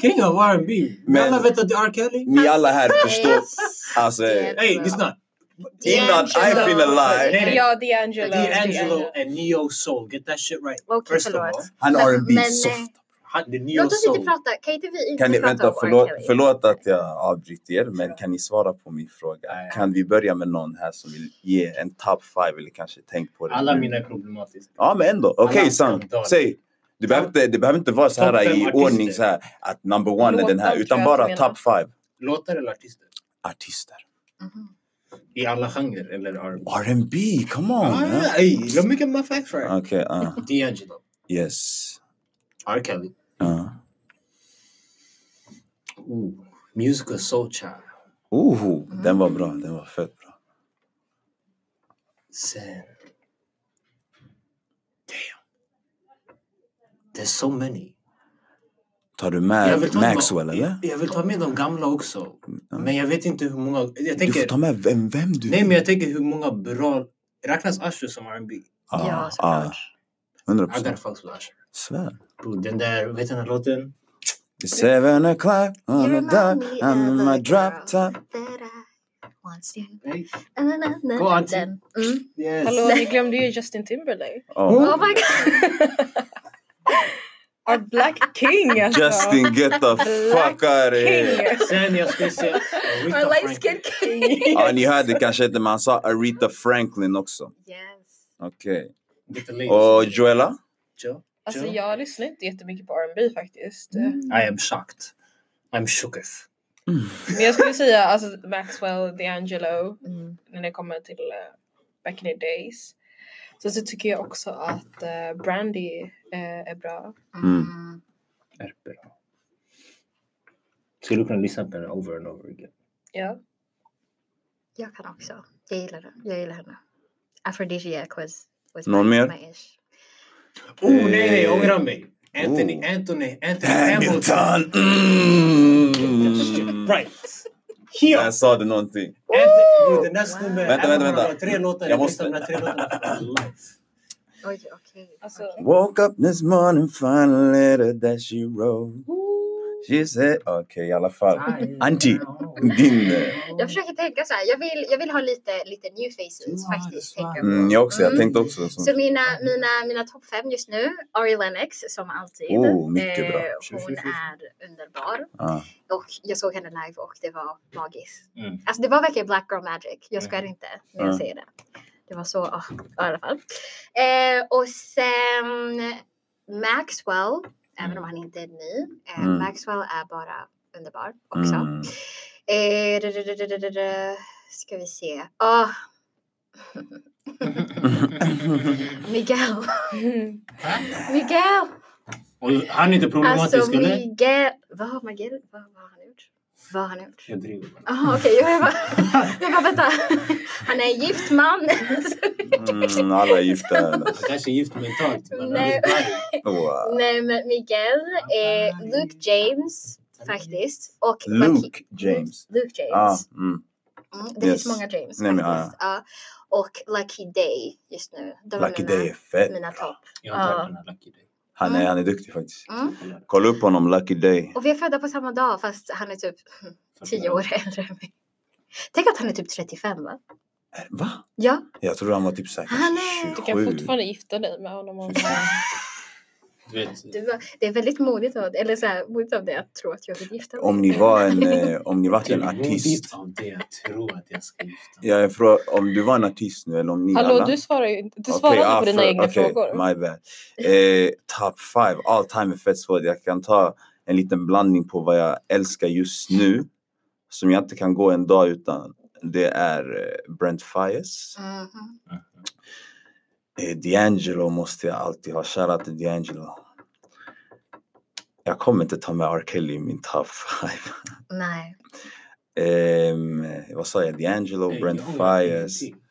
S5: King of R&B.
S2: Men-
S5: Alla vet att det är R. Kelly.
S2: Ni alla här förstår. Alltså,
S5: Hey, lyssna.
S2: innan I
S1: D'Angelo.
S2: feel alive.
S4: Ja, D'Angelo.
S5: D'Angelo and Neo Soul. Get that shit right.
S1: Okej,
S5: First of
S1: förlåt.
S5: all,
S2: Han
S1: Men-
S2: är R&B
S1: men, eh,
S2: soft.
S5: han- the Neo
S1: Låt oss inte
S5: Soul.
S1: prata, kan inte vi inte
S2: Kan ni,
S1: prata
S2: vänta,
S1: om
S2: förlåt,
S1: R. Kelly?
S2: förlåt att jag avbryter er, men kan ni svara på min fråga? Kan vi börja med någon här som vill ge en top five eller kanske tänk på det?
S5: Alla
S2: nu?
S5: mina är problematiska.
S2: Ja, men ändå. Okej,
S5: Alla
S2: Sam.
S5: skandaler.
S2: Säg. Det behöver, inte, det behöver inte vara så här
S5: Topp fem
S2: i
S5: artister.
S2: ordning så här att number one är den
S4: Låtar
S2: här,
S4: tror
S2: utan
S4: jag att
S2: bara
S4: du
S2: top five
S5: Låtar eller artister?
S2: artister.
S1: Mhm.
S5: I alla genrer eller R&B?
S2: R&B, come on!
S5: Ah,
S2: man.
S5: Ey, let me get my facts right.
S2: Okej, ah,
S5: D'Angelo.
S2: yes.
S5: R. Kelly.
S2: ah.
S5: Ooh, musical soul child.
S2: Oho, den var bra, den var fett bra.
S5: Sen... Damn. There's so many.
S2: Tar du
S5: Jag
S2: med
S5: vill ta med-
S2: Äh, Maxwell eller?
S5: Jag vill ta med de gamla också. Men jag vet inte hur många... Jag
S2: Du får
S5: tänker,
S2: ta med vem, vem du
S5: nej, men jag tänker hur många bra... Räknas Usher som R&B?
S1: Ja,
S2: Ja, ah,
S1: såklart.
S2: 100
S5: I gotta
S2: procent.
S5: fuck with Usher.
S2: Svär.
S5: Bro, den där, vet du den här låten?
S2: It's seven o'clock on
S1: You
S2: the
S1: remind
S2: dot,
S1: me
S2: I'm in
S1: of a
S2: my drop
S1: girl.
S2: top.
S1: That I wants you.
S5: Nej.
S1: Na, na, na, na,
S5: Gå, Antti.
S1: den. Mm.
S5: Yes.
S4: Hallå, ni glömde ju Justin Timberlake.
S2: Oh.
S1: Oh my god.
S6: A black king alltså!
S2: Justin get the fuck out of here!
S6: King!
S5: Sen jag skulle säga
S6: A
S5: Aretha
S6: light
S5: Franklin.
S6: skin king!
S2: Ja, ni hörde kanske inte, men han sa Aretha Franklin också.
S1: Yes.
S2: Okej.
S5: Lite late.
S2: Och Oh, Joella?
S5: Joe?
S6: Alltså
S5: Joe?
S6: jag lyssnar inte jättemycket på R&B faktiskt.
S1: Mm.
S5: I am shocked. I'm shooketh.
S6: Men jag skulle säga alltså Maxwell, D'Angelo
S1: Mm.
S6: när det kommer till eh, back in the days. Sen så tycker jag också att eh, Brandy eh, är bra.
S2: Mm.
S1: Mm.
S5: Är bra. Skulle du kunna lyssna på den over and over again?
S6: Ja.
S1: Jag kan också. Jag gillar det. Jag gillar henne. Aphrodisiac was, was
S2: Någon
S1: my,
S2: mer?
S1: my ish.
S5: Oh nej, nej, jag
S2: Eh.
S5: ångrar mig! Anthony,
S2: Oh.
S5: Anthony, Anthony Hamilton!
S2: Hamilton! Mm.
S5: Right! Here!
S2: Där sa du någonting.
S5: Anthony, du, den där snubben,
S2: Vänta,
S5: även om
S2: vänta,
S5: han har
S2: vänta.
S5: Tre låtar,
S2: Jag
S5: jag
S2: måste-
S5: måste... Tre låtarna för life.
S1: Oj, okej.
S6: Alltså,
S1: Okej.
S2: Woke up this morning, found a letter that she wrote. She said... Okej, i alla
S5: Ah.
S2: fall. Anti, din... eh,
S1: Jag försöker tänka så här. Jag vill, jag vill ha lite, lite new faces
S5: Ja,
S1: faktiskt.
S5: det är
S1: Tänka på.
S2: Mm, jag också, jag
S1: Mm.
S2: tänkte också.
S1: Så
S2: Så.
S1: mina, mina, mina topp fem just nu, Ari Lennox som alltid. Eh,
S2: Oh, mycket bra.
S1: hon är underbar.
S2: Ah.
S1: Och jag såg henne live och det var magiskt.
S5: Mm.
S1: Alltså det var verkligen Black Girl Magic. Jag skär
S5: Mm.
S1: inte när jag
S2: Ja.
S1: säger det. Det var så, ah, i alla fall. Eh, och sen Maxwell, även om han inte är ny. Eh,
S2: Mm.
S1: Maxwell är bara underbar också.
S2: Mm.
S1: Eh, du- du- du- du- du- du- du. Ska vi se. Ah, Miguel. Miguel!
S5: Och han är inte problematisk,
S1: Alltså
S5: eller?
S1: Miguel. Vad har Miguel, vad, vad har han gjort? Vad har han gjort?
S5: Jag driver bara.
S1: Jaha okej, jag bara, jag bara vänta. Han är en gift man.
S2: Mm, alla är gifta.
S5: Han kanske är gift mentalt, men han
S1: Nej.
S5: är bara-
S2: Wow.
S1: Nej men Miguel, eh, Luke James faktiskt. Och
S2: Luke James.
S1: Luke James.
S2: Ah, mm.
S1: Mm, det
S2: yes.
S1: finns många James
S2: Nej, men,
S1: faktiskt. Ja. Och Lucky Day just nu. De är
S2: Lucky
S1: mina,
S2: Day är fett.
S1: mina topp.
S5: Jag har inte
S6: Ja.
S5: hört den här Lucky Day.
S2: Han är, han är duktig faktiskt.
S1: Mm.
S2: Kolla upp honom, Lucky Day.
S1: Och vi är födda på samma dag fast han är typ tio år äldre än mig. Tänk att han är typ 35 va?
S2: Eh, Va?
S1: Ja.
S2: Jag tror han var typ säkert
S1: Han är-
S6: du
S2: 27.
S6: kan fortfarande gifta dig med honom. Om
S5: Du vet,
S1: Det, var, det är väldigt modigt av, eller så här, modigt av dig att tro att jag vill gifta mig.
S2: Om ni var en, eh, om ni varit
S5: det är
S2: en artist.
S5: modigt av dig att tro att jag ska gifta mig.
S2: Ja, jag frågar, om du var en artist nu eller om ni
S6: Hallå,
S2: alla.
S6: du svarar ju inte. Du
S2: Okej,
S6: svarar inte
S2: ah,
S6: på dina
S2: för-
S6: egna
S2: okej,
S6: frågor.
S2: My bad. Eh, top five, all time är fett svårt. Jag kan ta en liten blandning på vad jag älskar just nu. Som jag inte kan gå en dag utan. Det är eh, Brent Fires.
S1: Mhm.
S2: Eh, D'Angelo måste jag alltid ha. Shoutout till D'Angelo. Jag kommer inte ta med R. Kelly i min top five.
S1: Nej.
S2: Ehm, vad sa jag? D'Angelo,
S5: Nej,
S2: Brent
S5: jag ångrar
S2: Fires.
S5: ingenting.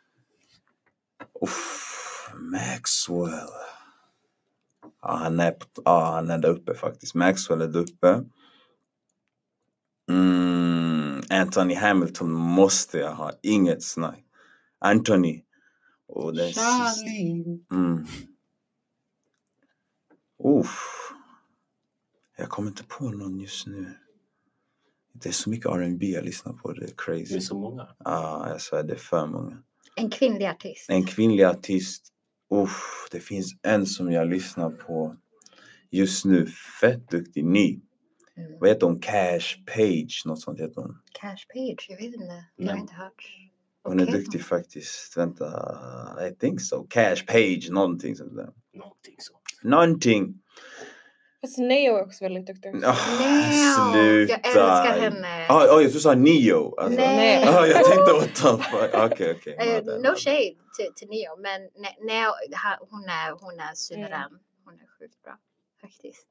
S2: Uff, Maxwell. Ja, han är, på- ja, han är där uppe faktiskt. Maxwell är där uppe. Mm, Anthony Hamilton måste jag ha. Inget snack. Anthony. Och den sista. Mm. Uff. Jag kommer inte på någon just nu. Det är så mycket R&B jag lyssnar på. Det är
S5: Det är
S2: crazy.
S5: så många.
S2: Ja, jag svär, det är för många.
S1: En kvinnlig artist.
S2: En kvinnlig artist. Uff, det finns en som jag lyssnar på just nu. Fett duktig. Ny.
S1: Mm.
S2: Vad heter hon? Cash Page. Något sånt heter hon.
S1: Cash Page, jag vet inte. Jag har
S5: Nej.
S1: inte hört.
S2: Hon
S1: Okej.
S2: är duktig faktiskt. Vänta. I think so. Cash Page. Någonting sånt där.
S5: Någonting sånt.
S2: Någonting.
S6: Fast Neo är också väldigt duktig.
S2: Oh,
S1: Neo,
S2: sluta.
S1: Jag älskar henne.
S2: Ah, oh, jag tror du sa Neo. Alltså.
S1: Nej.
S2: Ah, jag tänkte what the fuck. Okej, okej.
S1: Eh,
S2: my bad, my
S1: no
S2: bad.
S1: shade till, till Neo, men ne- Neo, ha- hon är, hon är suverän. Hon är sjukt bra faktiskt.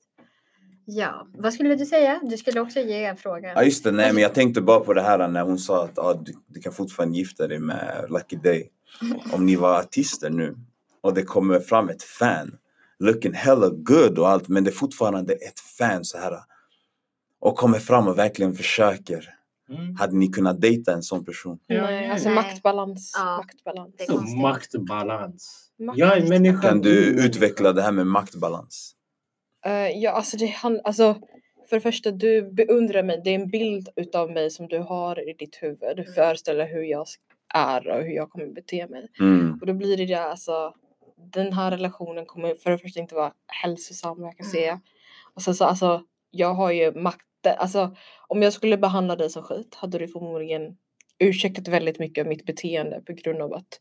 S1: Ja, vad skulle du säga? Du skulle också ge en fråga.
S2: Ja just det, nej men jag tänkte bara på det här när hon sa att ah, du, du kan fortfarande gifta dig med Lucky Day.
S6: Mm.
S2: Om ni var artister nu och det kommer fram ett fan, looking hella good och allt men det är fortfarande ett fan så här och kommer fram och verkligen försöker.
S5: Mm.
S2: Hade ni kunnat dejta en sån person?
S6: Nej, alltså
S1: Nej.
S6: maktbalans.
S1: Ja.
S6: maktbalans.
S1: Det är
S5: Så
S1: konstigt.
S5: maktbalans.
S6: Makt.
S5: Jag är människa.
S2: Kan
S5: är
S2: du
S5: människa.
S2: utveckla det här med maktbalans?
S6: Eh, ja, alltså, det, han, alltså, för det första, du beundrar mig. Det är en bild utav mig som du har i ditt huvud. Du
S1: Mm.
S6: föreställer hur jag är och hur jag kommer bete mig.
S2: Mm.
S6: Och då blir det
S1: Mm.
S6: det alltså, den här relationen kommer för det första inte vara hälsosam vad jag kan se. Och sen så alltså, jag har ju makten. Alltså om jag skulle behandla dig som skit hade du förmodligen ursäktat väldigt mycket av mitt beteende på grund av att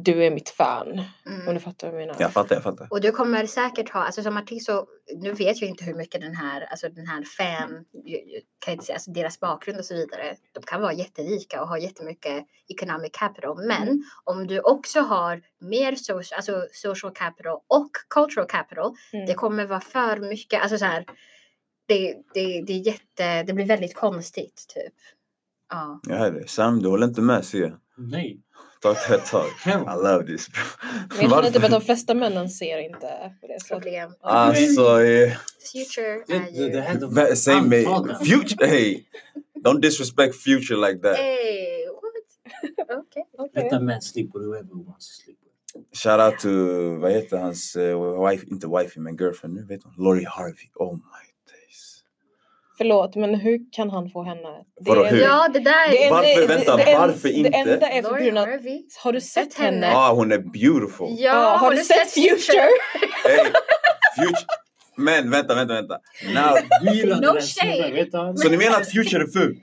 S6: du är mitt fan. Om
S1: Mm.
S6: du fattar vad jag menar.
S2: Jag fattar, jag fattar.
S1: Och du kommer säkert ha, alltså som artist så, nu vet jag inte hur mycket den här, alltså den här fan, ju- ju- kan jag inte säga, alltså deras bakgrund och så vidare. De kan vara jätterika och ha jättemycket economic capital. Men
S6: Mm.
S1: om du också har mer social, alltså social capital och cultural capital,
S6: Mm.
S1: det kommer vara för mycket, alltså så här, det, det, det är jätte, det blir väldigt konstigt typ. Ja.
S2: Jag hör dig. Sam, du håller inte med ser jag.
S5: Nej.
S2: Ta ett här tag. I love this bro.
S6: Men jag känner typ att
S2: Varför?
S6: de flesta männen ser inte på det sättet.
S1: Problem.
S2: Alltså, eh,
S1: Future
S5: Det,
S1: är
S5: det, det
S1: ju...
S5: här de
S2: vä- säg mig.
S5: antagligen.
S2: Future, hey! Don't disrespect future like that.
S1: Hey, what? Okej.
S6: Okej.
S5: Let a man sleep with whoever wants to sleep with.
S2: Shout out to, vad heter hans eh, wife, inte wifey men girlfriend nu vet hon. Laurie Harvey. Oh my days.
S6: Förlåt men hur kan han få henne? Det
S2: Vadå, hur?
S1: Ja, det där
S6: det enda-
S2: Varför? Vänta,
S6: det en-
S2: varför inte?
S6: Det enda är på
S1: Laura
S6: grund av...
S1: Harvey.
S6: Har du sett
S1: Sett henne?
S6: henne?
S2: Ah, hon är beautiful.
S1: Ja,
S6: Ja, har du sett Future?
S2: Hey, future. Men vänta, vänta, vänta. Now,
S5: Du gillar
S1: No
S5: den här
S1: shade.
S5: snubben, vet du han?
S2: så ni menar att future är ful?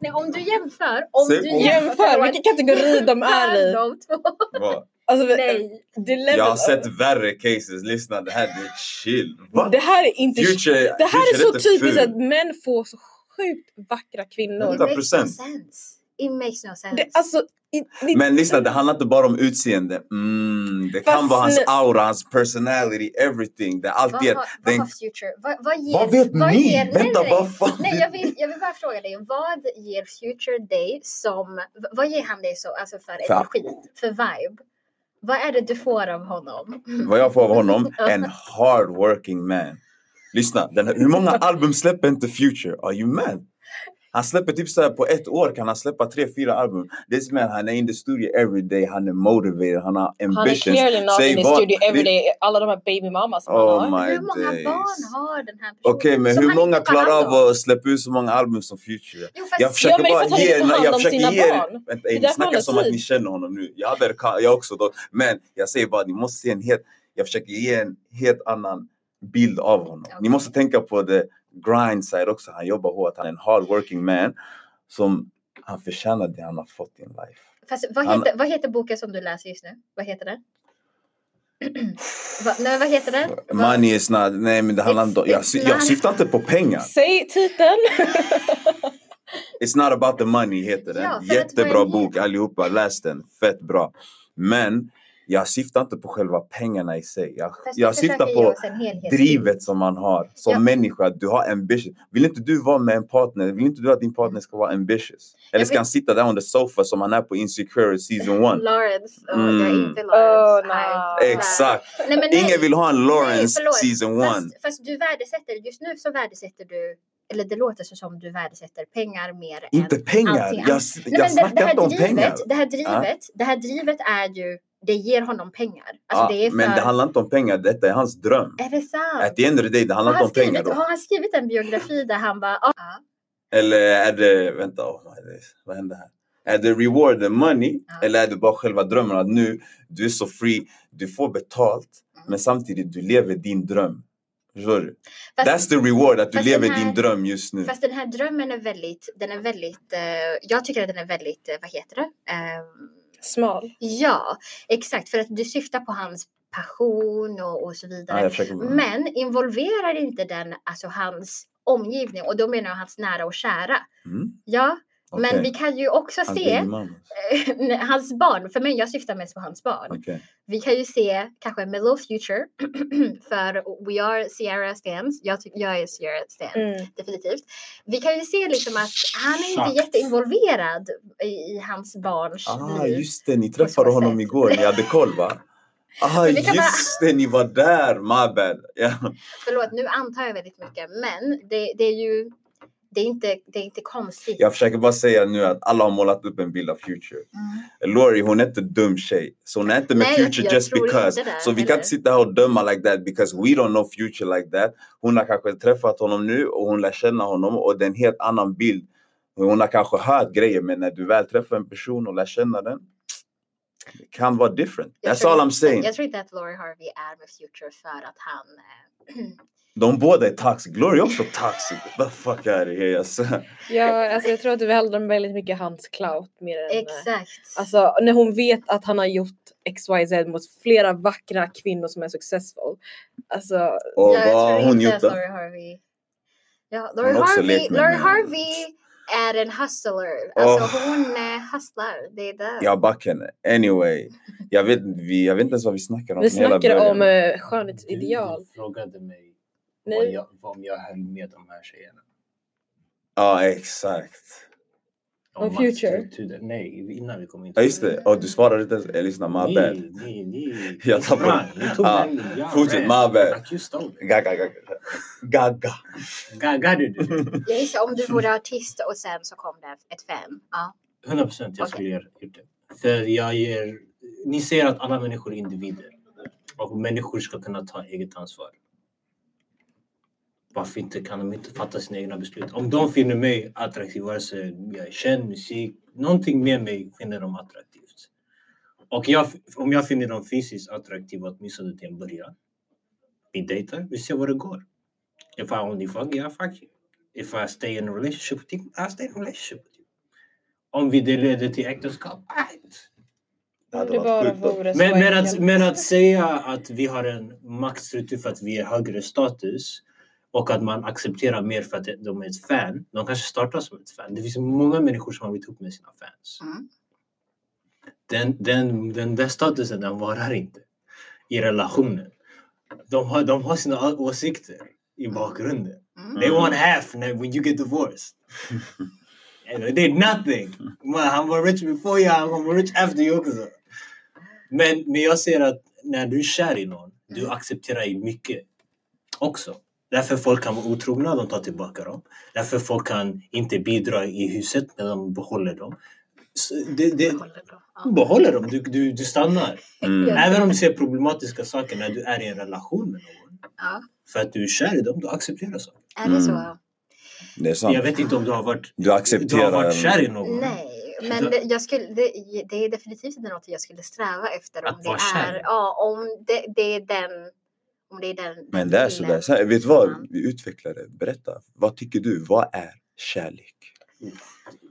S1: Nej, om du jämför. Om
S2: Se-
S1: du
S2: om-
S6: Jämför vilken kategori de är
S1: jämför
S6: i.
S1: de två.
S2: Va?
S6: Alltså,
S1: Nej.
S6: Det, level
S2: Jag har
S6: of-
S2: sett värre cases. Lyssna, det här det är chill. Va?
S6: det här är inte...
S2: Future,
S6: det här
S2: future
S6: är så
S2: inte
S6: typiskt
S2: ful.
S6: att män får så sjukt vackra
S1: It
S6: kvinnor.
S2: Hundra
S1: makes no
S2: procent.
S1: sense. It makes no sense.
S6: Det, alltså, i, i,
S2: Men lyssna, det handlar inte bara om utseende. Mm, det kan
S6: Fast
S2: vara hans
S6: nu-
S2: aura, hans personality, everything. Det är allt
S1: vad,
S2: det.
S1: har, vad
S2: Den-
S1: har Future? Vad, vad, ger,
S2: Vad vet
S1: vad
S2: ni?
S1: ger-
S2: Vänta,
S1: nej, nej.
S2: vad fan?
S1: Nej, jag vill, jag vill bara fråga dig. Vad ger Future dig som... v- Vad ger han dig så, alltså för
S2: För-
S1: energi? För vibe? Vad är det du får av honom?
S2: Vad jag får av honom, en hard working man. Lyssna, den här, hur många album släpper inte Future? Are you mad? Han släpper typ så här på ett år kan han släppa tre, fyra album. This man, han är in the studio every day, han är motiverad, han har
S6: han är
S2: ambitions.
S6: clearly not
S2: Säg
S6: in his
S2: vad-
S6: studio every day. Alla de här baby mamas som
S2: Oh
S6: han har.
S2: my
S1: Hur många
S2: days.
S1: barn har den här personen?
S2: Okej, men
S1: som
S2: hur
S1: han inte
S2: många
S1: tar hand
S2: klarar av
S1: om?
S2: att släppa ut så många album som Future?
S1: Jo, fast-
S2: Jag
S6: Ja,
S2: försöker
S6: men det är för
S2: bara
S6: att han
S2: ge
S6: inte tar
S2: er, jag
S6: hand om
S2: försöker
S6: sina
S2: ge er,
S6: barn.
S2: vänta,
S6: Det är
S2: ey, ni
S6: därför han
S2: snackar
S6: har
S2: som att ni
S6: tid.
S2: känner honom nu. Jag hade kan- jag också då, men jag säger bara ni måste se en helt, jag försöker ge en helt annan bild av honom. Ni måste tänka på the grind side också, han jobbar hårt, han är en hard working man som han förtjänar det han har fått i en life.
S1: Fast vad
S2: Han-
S1: heter, vad heter boken som du läser just nu? Vad heter den? Va, nej, vad heter den? Vad-
S2: Money is not, nej men det handlar inte om- jag, sy- jag syftar inte på pengar.
S6: Säg titeln!
S2: It's not about the money heter den.
S1: Ja, för att
S2: Jättebra
S1: varje-
S2: bok allihopa, läs den. Fett bra. Men jag syftar inte på själva pengarna i sig. Jag,
S1: Fast du
S2: jag syftar
S1: försöker ge
S2: på
S1: oss en helhetsbild.
S2: drivet som man har som
S1: Ja.
S2: människa. Du har ambition. Vill inte du vara med en partner? Vill inte du att din partner ska vara ambitious? Eller
S1: Jag
S2: ska
S1: vet-
S2: han sitta där on the sofa som han är på Insecure season one?
S1: Lawrence. Åh, Jag är
S2: Mm.
S1: inte Lawrence.
S6: Åh,
S1: nej.
S6: nej.
S2: Exakt.
S1: Nej, men nej.
S2: Ingen vill ha en Lawrence
S1: förlåt.
S2: season one.
S1: Fast, fast du värdesätter, just nu så värdesätter du, eller det låter så som du värdesätter pengar mer än
S2: Inte pengar.
S1: allting
S2: Jag,
S1: annat. Nej,
S2: jag
S1: men det, det
S2: snackar
S1: här
S2: inte om
S1: drivet, alltså,
S2: pengar.
S1: Det här drivet, det här drivet är ju, det ger honom pengar. Alltså,
S2: Ja,
S1: det är för,
S2: Men det handlar inte om pengar. Detta är hans dröm.
S1: Är det sant?
S2: At the end of the day, det handlar
S1: Har
S2: inte
S1: han,
S2: om pengar
S1: skrivit,
S2: då.
S1: har han skrivit en biografi där han bara... Ah,
S2: Eller är det, vänta, oh my days, vad hände här? Är det reward and money
S1: Ja.
S2: eller är det bara själva drömmen att nu, du är så free, du får betalt men samtidigt du lever din dröm. Förstår du? That's
S1: Mm. fast,
S2: the reward, att du
S1: fast den
S2: lever
S1: här-
S2: din dröm just nu.
S1: fast den här drömmen är väldigt... Den är väldigt eh, jag tycker att den är väldigt... eh, vad heter det? Ehm,
S6: Smal.
S1: ja, exakt. För att du syftar på hans passion och, och så
S2: Ja,
S1: vidare.
S2: jag försöker...
S1: Men involverar inte den alltså hans omgivning? Och då menar jag hans nära och kära.
S2: Mm,
S1: Ja,
S2: okej.
S1: men vi kan ju också
S2: Hans
S1: se
S2: baby mama.
S1: nej, hans barn. För mig, jag syftar mest på hans barn.
S2: Okej.
S1: Vi kan ju se kanske Mellow Future för We Are Sierra Stans. Jag, tycker- jag är Sierra Stan,
S6: Mm.
S1: definitivt. Vi kan ju se liksom att han är
S5: Exakt.
S1: inte jätteinvolverad i, i hans barns
S2: Ah,
S1: liv.
S2: just det, ni
S1: På
S2: träffade
S1: så
S2: honom
S1: sätt.
S2: igår, ni hade koll va? Ah,
S1: Men vi kan bara-
S2: just det, ni var där, my bad. Ja.
S1: Förlåt, nu antar jag väldigt mycket, men det, det är ju det är inte, det är inte konstigt.
S2: Jag försöker bara säga nu att alla har målat upp en bild av Future.
S1: Mm.
S2: Lori hon är inte dum tjej. Så hon är inte med
S1: Nej, jag-
S2: Future
S1: jag
S2: just
S1: tror
S2: because.
S1: inte det
S2: Så vi kan
S1: heller.
S2: inte sitta här och döma like that because we don't know Future like that. Hon har kanske träffat honom nu och hon lär känna honom och det är en helt annan bild. Hon har kanske hört grejer men när du väl träffar en person och lär känna den It can vara different.
S1: Jag
S2: That's
S1: tror
S2: all
S1: inte-
S2: I'm saying.
S1: Jag tror inte att Laurie Harvey är med Future för att han... eh,
S2: De båda är toxic. Glory är också toxic. Get the fuck out of here. Alltså.
S4: Ja, alltså jag tror att det handlar om väldigt mycket hans clout mer än... eh,
S1: Exakt.
S4: Alltså när hon vet att han har gjort XYZ mot flera vackra kvinnor som är successful. Alltså,
S2: Och
S1: jag
S2: vad har
S1: tror
S2: hon
S1: inte
S2: gjort
S1: att
S2: då?
S1: Laurie Harvey. Ja, Laurie
S2: har också
S1: Harvey,
S2: lekt med
S1: Laurie
S2: mig.
S1: Harvey är en hustler. Alltså
S2: Åh.
S1: hon eh, hustlar. Det är det.
S2: Jag backar henne. Anyway. Jag vet, vi, jag vet inte ens vad vi snackar om.
S4: vi
S2: från hela
S4: snackar om
S2: början.
S4: eh,
S5: Du,
S4: skönhetsideal.
S5: du frågade mig vad
S4: Nej,
S5: jag, vad om jag höll med de här tjejerna.
S2: Ja, exakt.
S5: Om
S4: Om Future.
S5: maktstrukturer. Nej, innan vi kom in.
S2: Ja, just det. Och du svarade inte ens. Eh, Lyssna, my bad.
S5: Ni, ni, ni.
S2: Jag tappade-
S5: Ni tog
S2: Ja,
S5: den. Jag är
S2: fortsätt,
S5: rädd.
S2: my bad.
S5: Accused of it.
S2: Gaga, gaga. Gaga.
S5: Gaggade du?
S1: Jag gissar om du vore artist och sen så kom det ett fem. Ja.
S5: 100 procent jag
S1: Okej.
S5: skulle göra gjort det. För jag ger... Ni ser att alla människor är individer. Och människor ska kunna ta eget ansvar. Varför inte kan de inte fatta sina egna beslut? Om de finner mig attraktiv, vare sig jag är känd, musik, någonting med mig finner de attraktivt. Och jag, om jag finner dem fysiskt attraktiva, åtminstone till en början. Vi dejtar, vi ser vad det går. If I only fuck, yeah fuck you. If I stay in a relationship with you, I stay in a relationship with you. Om vi det leder till äktenskap, right.
S2: Det hade
S4: om det
S2: varit
S4: bara
S2: sjukt då.
S4: vore så
S5: Men, men, att,
S4: enkelt.
S5: men att säga att vi har en maktstruktur för att vi är högre status och att man accepterar mer för att de är ett fan. De kanske startar som ett fan. Det finns många människor som har blivit ihop med sina fans.
S1: Mm.
S5: Den, den, den där statusen den varar inte i relationen. De har, de har sina å- åsikter i bakgrunden.
S1: Mm.
S5: They want half now when you get divorced. and they did nothing. Man, han var rich before you, han var rich after you också. Men, men jag ser att när du är kär i någon, du
S2: Mm.
S5: accepterar ju mycket också. Därför folk kan vara otrogna, de tar tillbaka dem. Därför folk kan inte bidra i huset, men de behåller dem. Så det, det, behåller dem, du, du, du stannar.
S2: Mm.
S5: Även om du ser problematiska saker när du är i en relation med någon.
S1: Ja.
S5: För att du är kär i dem, du accepterar saker.
S1: Är det
S2: Mm.
S1: så?
S2: Det är sant.
S5: Jag vet inte om du har varit,
S2: Du
S5: du har
S2: accepterar
S5: varit
S2: en...
S5: kär i
S1: Mm.
S5: någon.
S1: Nej, men det, jag skulle, det, det är definitivt inte något jag skulle sträva efter. Om
S5: Att
S1: det
S5: vara kär.
S1: är, ja, om det, det är den... Om det är den
S2: Men det är
S1: killen.
S2: sådär. Så här, vet du vad? Vi utvecklar det. Berätta. Vad tycker du? Vad är kärlek?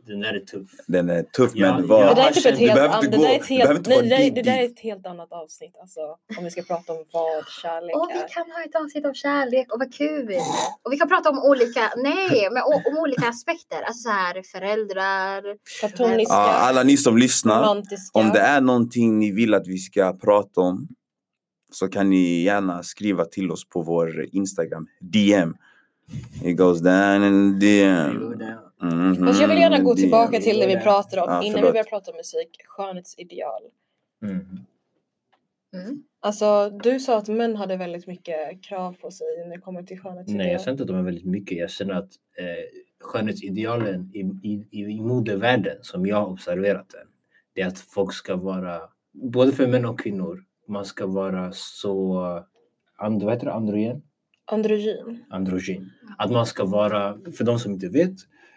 S5: Den där är tuff.
S2: Den är tuff
S5: Ja,
S2: men
S5: ja.
S4: Det
S2: vad...
S4: där är typ
S5: Du
S4: ett helt,
S2: behöver inte
S4: an- det
S2: gå-
S4: där är ett
S2: du behöver
S4: helt,
S2: inte
S4: nej,
S2: vara
S4: det, där,
S2: deep,
S4: det där är
S2: deep.
S4: ett helt annat avsnitt alltså, om vi ska prata om vad kärlek
S1: Och
S4: är.
S1: vi kan ha ett avsnitt om kärlek och vad kul! Och vi kan prata om olika, nej, men o- om olika aspekter. Alltså så här föräldrar.
S4: Platoniska,
S2: Ja, alla ni som lyssnar.
S4: romantiska.
S2: Om det är någonting ni vill att vi ska prata om så kan ni gärna skriva till oss på vår Instagram. DM. It goes down in the
S5: Ehm,
S2: DM. Mhm,
S4: Fast jag vill gärna gå
S2: DM.
S4: tillbaka till det vi pratade om
S2: Ja,
S4: innan vi
S2: förlåt.
S4: började prata om musik, skönhetsideal.
S5: Mm.
S1: Mm.
S4: Alltså du sa att män hade väldigt mycket krav på sig när det kommer till skönhetsideal.
S5: Nej, jag känner inte att de är väldigt mycket. Jag känner att eh, skönhetsidealen i, i, i i modevärlden, som jag har observerat den, det är att folk ska vara, både för män och kvinnor, man ska vara så, and, vad heter det, androgen?
S4: Androgyn.
S5: androgyn. Att man ska vara, för de som inte vet,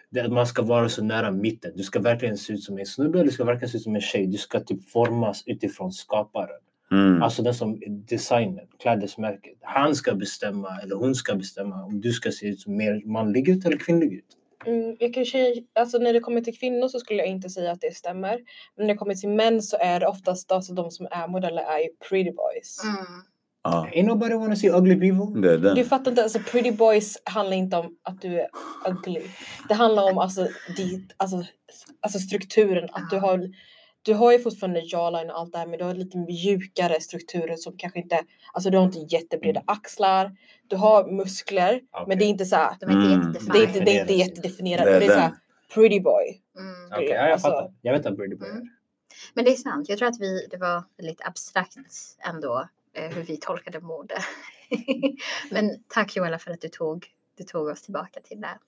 S5: det är att man ska vara så nära mitten. Du ska verkligen se ut som en snubbe, du ska verkligen se ut som en tjej. Du ska typ formas utifrån skaparen.
S2: Mm.
S5: Alltså den som designen, klädesmärket. Han ska bestämma, eller hon ska bestämma om du ska se ut som mer manlig ut eller kvinnlig ut.
S4: Mm, jag kan säga, alltså när det kommer till kvinnor så skulle jag inte säga att det stämmer. Men när det kommer till män så är det oftast alltså de som är modeller är ju pretty boys.
S1: Mm.
S2: Ja, Mm.
S5: Ain't nobody wanna see ugly people.
S2: det är den.
S4: Du fattar inte, alltså pretty boys handlar inte om att du är ugly. Det handlar om alltså, ditt, alltså, alltså strukturen. Att du, har, du har ju fortfarande jawline och allt det här men du har lite mjukare strukturer som kanske inte, alltså du har inte jättebreda axlar. Du har muskler
S5: Okej.
S4: men det är inte så här,
S1: De är inte
S2: Mm.
S4: det är
S1: jättedefinierade.
S4: inte, det är inte
S5: Definieras.
S4: jättedefinierat.
S2: Det är
S4: men det är så här,
S2: den.
S4: pretty boy.
S1: Mm.
S5: Okej, ja, jag
S4: Alltså-
S5: fattar. Jag vet att Brady Boy
S1: Mm. Men det är sant. Jag tror att vi, det var lite abstrakt ändå eh, hur vi tolkade mode. Men tack Joella för att du tog, du tog oss tillbaka till det.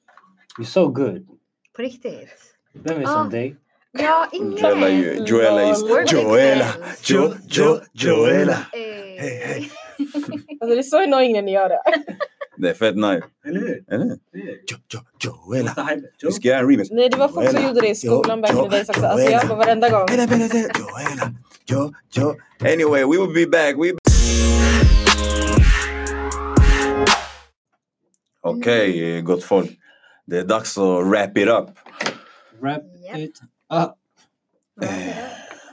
S5: You're so good.
S1: På riktigt.
S5: Vem är
S1: Ah.
S5: som dig?
S1: Ja,
S2: Joella,
S1: ingen.
S4: Mm.
S2: ju- Joella, is-
S1: Work
S2: Joella,
S1: friends.
S2: Jo, Jo, Joella.
S1: Eh,
S2: Hej, hej.
S4: Alltså det är så annoying när ni gör det.
S2: Det är fett nice.
S5: Eller hur?
S2: Eller hur?
S5: Det är-
S2: Jo, Jo, Joella.
S5: What's the hype?
S2: Vi ska göra en remix.
S4: Nej det var folk som gjorde det i skolan back in the days också. Alltså jag var varenda gång.
S2: Joella, Joella. yo, yo. Anyway, we will be back. We... Okej,
S4: Mm.
S2: eh, gott folk. Det är dags att wrap it up.
S3: Wrap
S1: Japp.
S3: it up.
S2: Eh,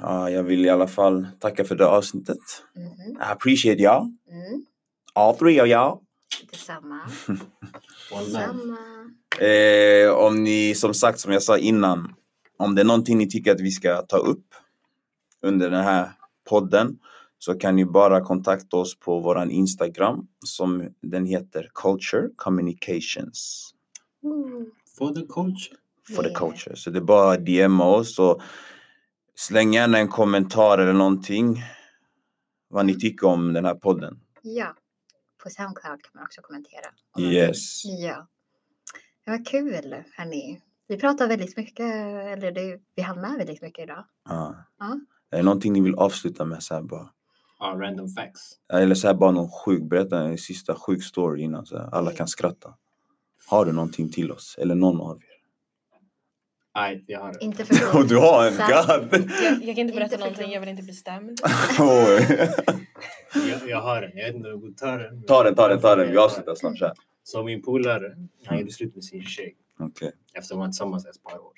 S2: Ja, jag vill i alla fall tacka för det avsnittet.
S1: Mhm.
S2: I appreciate y'all.
S1: Mm.
S2: All three of y'all.
S1: Detsamma.
S5: Wallah.
S1: Detsamma.
S2: Eh, om ni, som sagt, som jag sa innan, om det är någonting ni tycker att vi ska ta upp under den här podden så kan ni bara kontakta oss på våran Instagram som den heter Culture Communications
S1: Mm.
S3: For the coach.
S2: for the
S1: Yeah.
S2: culture. Så det är bara att DMa oss och släng gärna en kommentar eller någonting vad ni tycker om den här podden.
S1: Ja. På Soundcloud kan man också kommentera. om man vill.
S2: Yes.
S1: Ja. Det var kul, hörni. Vi pratar väldigt mycket, eller det, vi hann med väldigt mycket idag.
S2: Ja.
S1: Ja.
S2: Är det någonting ni vill avsluta med så här bara?
S5: Ah, random facts.
S2: Eller så här bara någon sjuk, berätta en sista sjuk story innan så här, alla kan skratta. Har du någonting till oss? Eller någon av er?
S5: Aj, vi har det.
S1: Inte för
S2: Och du har en,
S1: Så-
S2: god!
S6: Jag, jag kan inte berätta
S1: för
S6: någonting,
S1: långt.
S6: jag vill inte bli stämd.
S4: Alltså,
S2: Oj.
S5: Jag, jag har den. Jag vet inte om jag tar den.
S2: ta den, ta den, ta den. Vi avslutar snart så här.
S5: Så min polare, han gjorde slut med sin tjej
S2: Okej.
S5: efter att vara tillsammans ett par år.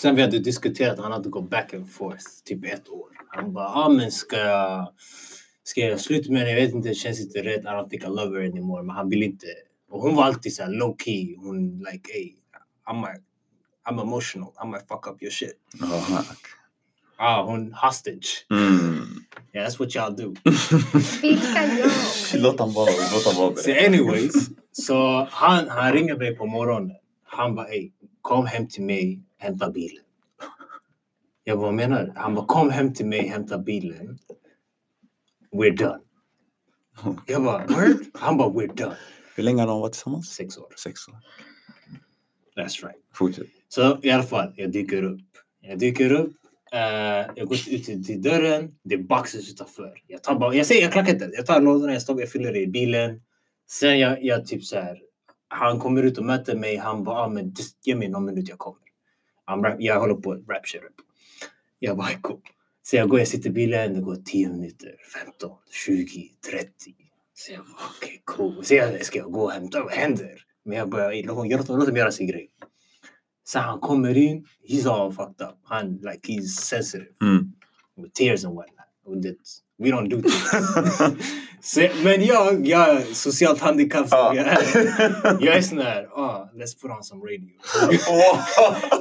S5: Sen vi hade diskuterat, han hade gått back and forth typ ett år. Han bara, ah, men ska jag, ska jag sluta med henne? Jag vet inte, det känns inte rätt. I don't think I love her anymore. Men han vill inte. Och hon var alltid så här low key. Hon like, hey, I might, I'm emotional. I might fuck up your shit.
S2: Jaha.
S5: Ah, hon hostage.
S2: Mm.
S5: Yeah, that's what y'all do.
S1: Vilka jag?
S2: Låt han vara, låt han vara.
S5: Så anyways, så han, han ringer mig på morgonen. Han bara, ey, kom hem till mig, hämta bilen. Jag bara, vad menar du? Han bara, kom hem till mig, hämta bilen. We're done. Jag bara, word? Han bara, we're done.
S2: Hur länge har de varit tillsammans?
S5: Sex år.
S2: Sex år.
S5: That's right.
S2: Fortsätt.
S5: Så i alla fall, jag dyker upp. Jag dyker upp. eh, jag går ut till, till dörren. Det är boxes utanför. Jag tar bara, jag säger, jag klackar inte. Jag tar lådorna, jag stoppar, jag fyller det i bilen. Sen jag, jag typ så här. Han kommer ut och möter mig. Han bara, ah, men just ge mig någon minut, jag kommer. I'm rap, jag håller på att rap shit up. Jag bara, cool. Så jag går, jag sitter i bilen. Det går 10 minuter, 15, 20, 30. Så jag bara, okej, cool. Så jag, ska jag gå och hämta? Vad händer? Men jag bara, "Ey, låt låt- låt dem göra sin grej. Så han kommer in, he's all fucked up. Han, like, he's sensitive
S2: Mm.
S5: with tears and whatnot. Och det, we don't do things. så, men jag, jag är socialt handikapp som
S2: Ja.
S5: jag är. Jag är sån där, oh, let's put on some radio.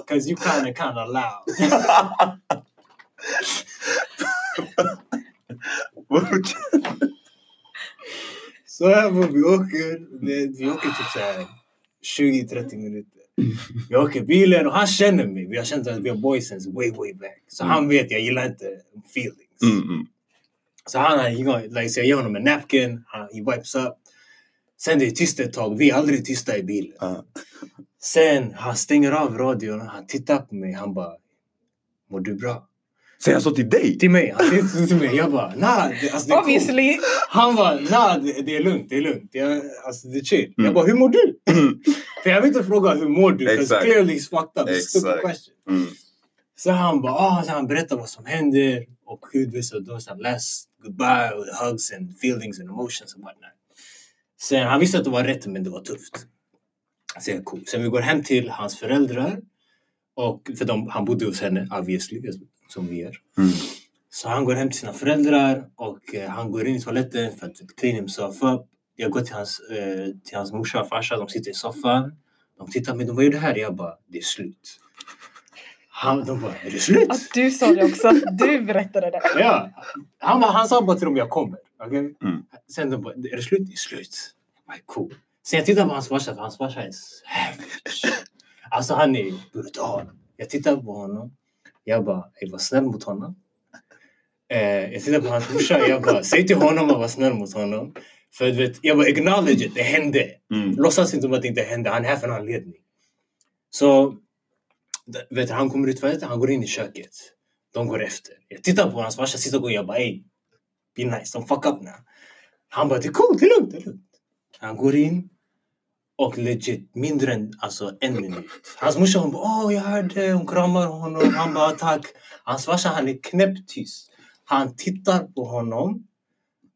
S5: Cause you kinda kinda loud. Så här var vi åker. Det, vi åker typ så här 20-30 minuter. Vi åker bilen och han känner mig. Vi har känt att vi har boysens way way back. Så han vet, jag gillar inte feelings.
S2: Mm, mm.
S5: Så han, han he gonna, like, så jag ger honom en napkin, han, he wipes up. Sen det är tyst ett tag, vi är aldrig tysta i bilen.
S2: Ja.
S5: Sen han stänger av radion, han tittar på mig, han bara Mår du bra?
S2: Säger han så till dig?
S5: Till mig, han tittar till mig. Jag bara nah, det, alltså, det är coolt.
S6: Obviously!
S5: Han bara nah, det, det är lugnt, det är lugnt. Jag, alltså det är chill.
S2: Mm.
S5: Jag bara hur mår du? För jag vill inte fråga hur mår du? Because
S2: Exakt.
S5: clearly it's fucked up. It's a
S2: Exakt.
S5: stupid question.
S2: Mm.
S5: Så han bara, ah, så han berättar vad som händer och hur det så då sa last goodbye with hugs and feelings and emotions and whatnot. Sen han visste att det var rätt men det var tufft. Sen, cool. Sen vi går hem till hans föräldrar och för de, han bodde hos henne obviously som vi gör.
S2: Mm.
S5: Så han går hem till sina föräldrar och eh, han går in i toaletten för att clean himself up. Jag går till hans, eh, till hans morsa och farsa, de sitter i soffan. De tittar på mig, de bara, vad gör du här? Jag bara, det är slut. Han, de bara, är det slut?
S6: Att du sa det också, att du berättade det.
S5: Ja, han, bara- han sa bara till dem jag kommer. okej?
S2: Mm.
S5: Sen de bara, är det slut? Det är slut. Jag bara, cool. Sen jag tittar på hans farsa, för hans farsa är savage. Alltså han är brutal. Jag tittar på honom. Jag bara, jag var snäll mot honom. Eh, jag tittar på hans morsa, jag bara, säg till honom att vara snäll mot honom. För du vet, jag bara, acknowledge it, det hände.
S2: Mm.
S5: Låtsas inte som att det inte hände, han är här för en anledning. Så, d- vet du, han kommer ut toaletten, han går in i köket. De går efter. Jag tittar på hans farsa, sitter och går och jag bara ey, be nice, don't fuck up now. Han bara, det är coolt, det är lugnt, det är lugnt. Han går in Och legit, mindre än alltså, en minut. Hans morsa hon bara “Åh, jag hörde”. Hon kramar honom. Han bara “Tack”. Hans farsa han är knäpptyst. Han tittar på honom.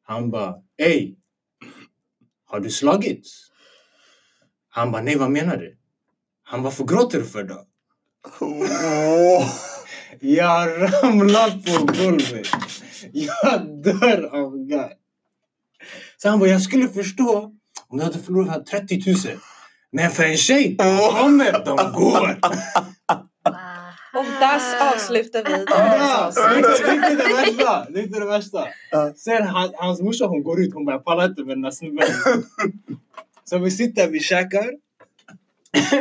S5: Han bara “Ey, har du slagit?” Han bara “Nej, vad menar du?” Han bara “Varför gråter du för då?” Jag ramlar på golvet. Jag dör av garv. Så han bara, jag skulle förstå om du hade förlorat 30 000. Men för en tjej, de kommer, de går.
S4: Och
S6: Ah.
S4: där avslutar vi dagens
S5: Ja, det
S4: avsnitt.
S5: är inte det värsta. Det är inte det värsta. Sen han, hans morsa hon går ut, hon bara, jag pallar inte med den här snubben. Så vi sitter, vi käkar.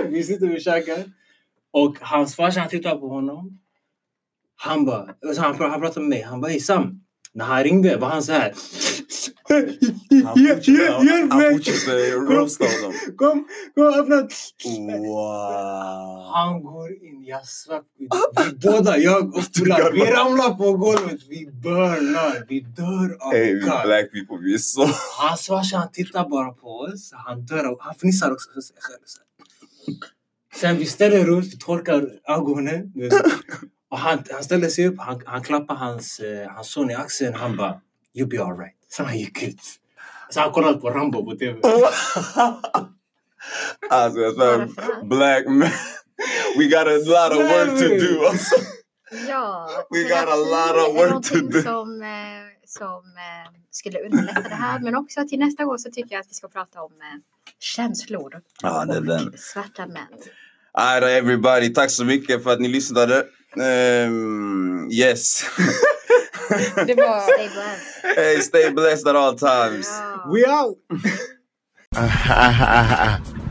S5: vi sitter, vi käkar. Och hans farsa han tittar på honom. Han bara, så han, pr- han pratar med mig. Han bara, "Ey, Sam. När han ringde var han så här.
S2: Han
S5: Hjälp, hjälp,
S2: fortsätter-
S5: hjälp
S2: Han
S5: mig!
S2: fortsätter roasta honom.
S5: Kom, kom öppna!
S2: Wow.
S5: Han går in, jag svär på
S2: Ah!
S5: Gud. Vi båda, jag och Fulan, vi ramlar på golvet. Vi börnar, vi dör av
S2: Ey, vi
S5: garv.
S2: black people, vi är så...
S5: Han svarsar, han tittar bara på oss. Han dör av, han fnissar också för sig själv. så här. Sen vi ställer runt, vi torkar ögonen. du vet. Och han, han ställer sig upp, han, han klappar hans, eh, hans son i axeln. Han bara, you'll be alright. Sen han gick ut. Sen han kollade på Rambo på TV.
S2: Alltså jag svär, black men. We got a lot of work to do. Alltså.
S1: Ja,
S2: We got a
S1: terapi
S2: lot
S1: är
S2: of work to
S1: någonting
S2: do.
S1: Som, eh, som eh, skulle underlätta det här. Men också till nästa gång så tycker jag att vi ska prata om eh, känslor
S2: Ja, det är den.
S1: och svarta män.
S2: All right, everybody. Tack så mycket för att ni lyssnade. Ehm, yes.
S4: Det var...
S1: Stay blessed.
S2: hey, stay blessed at all times.
S1: Ja.
S3: We out!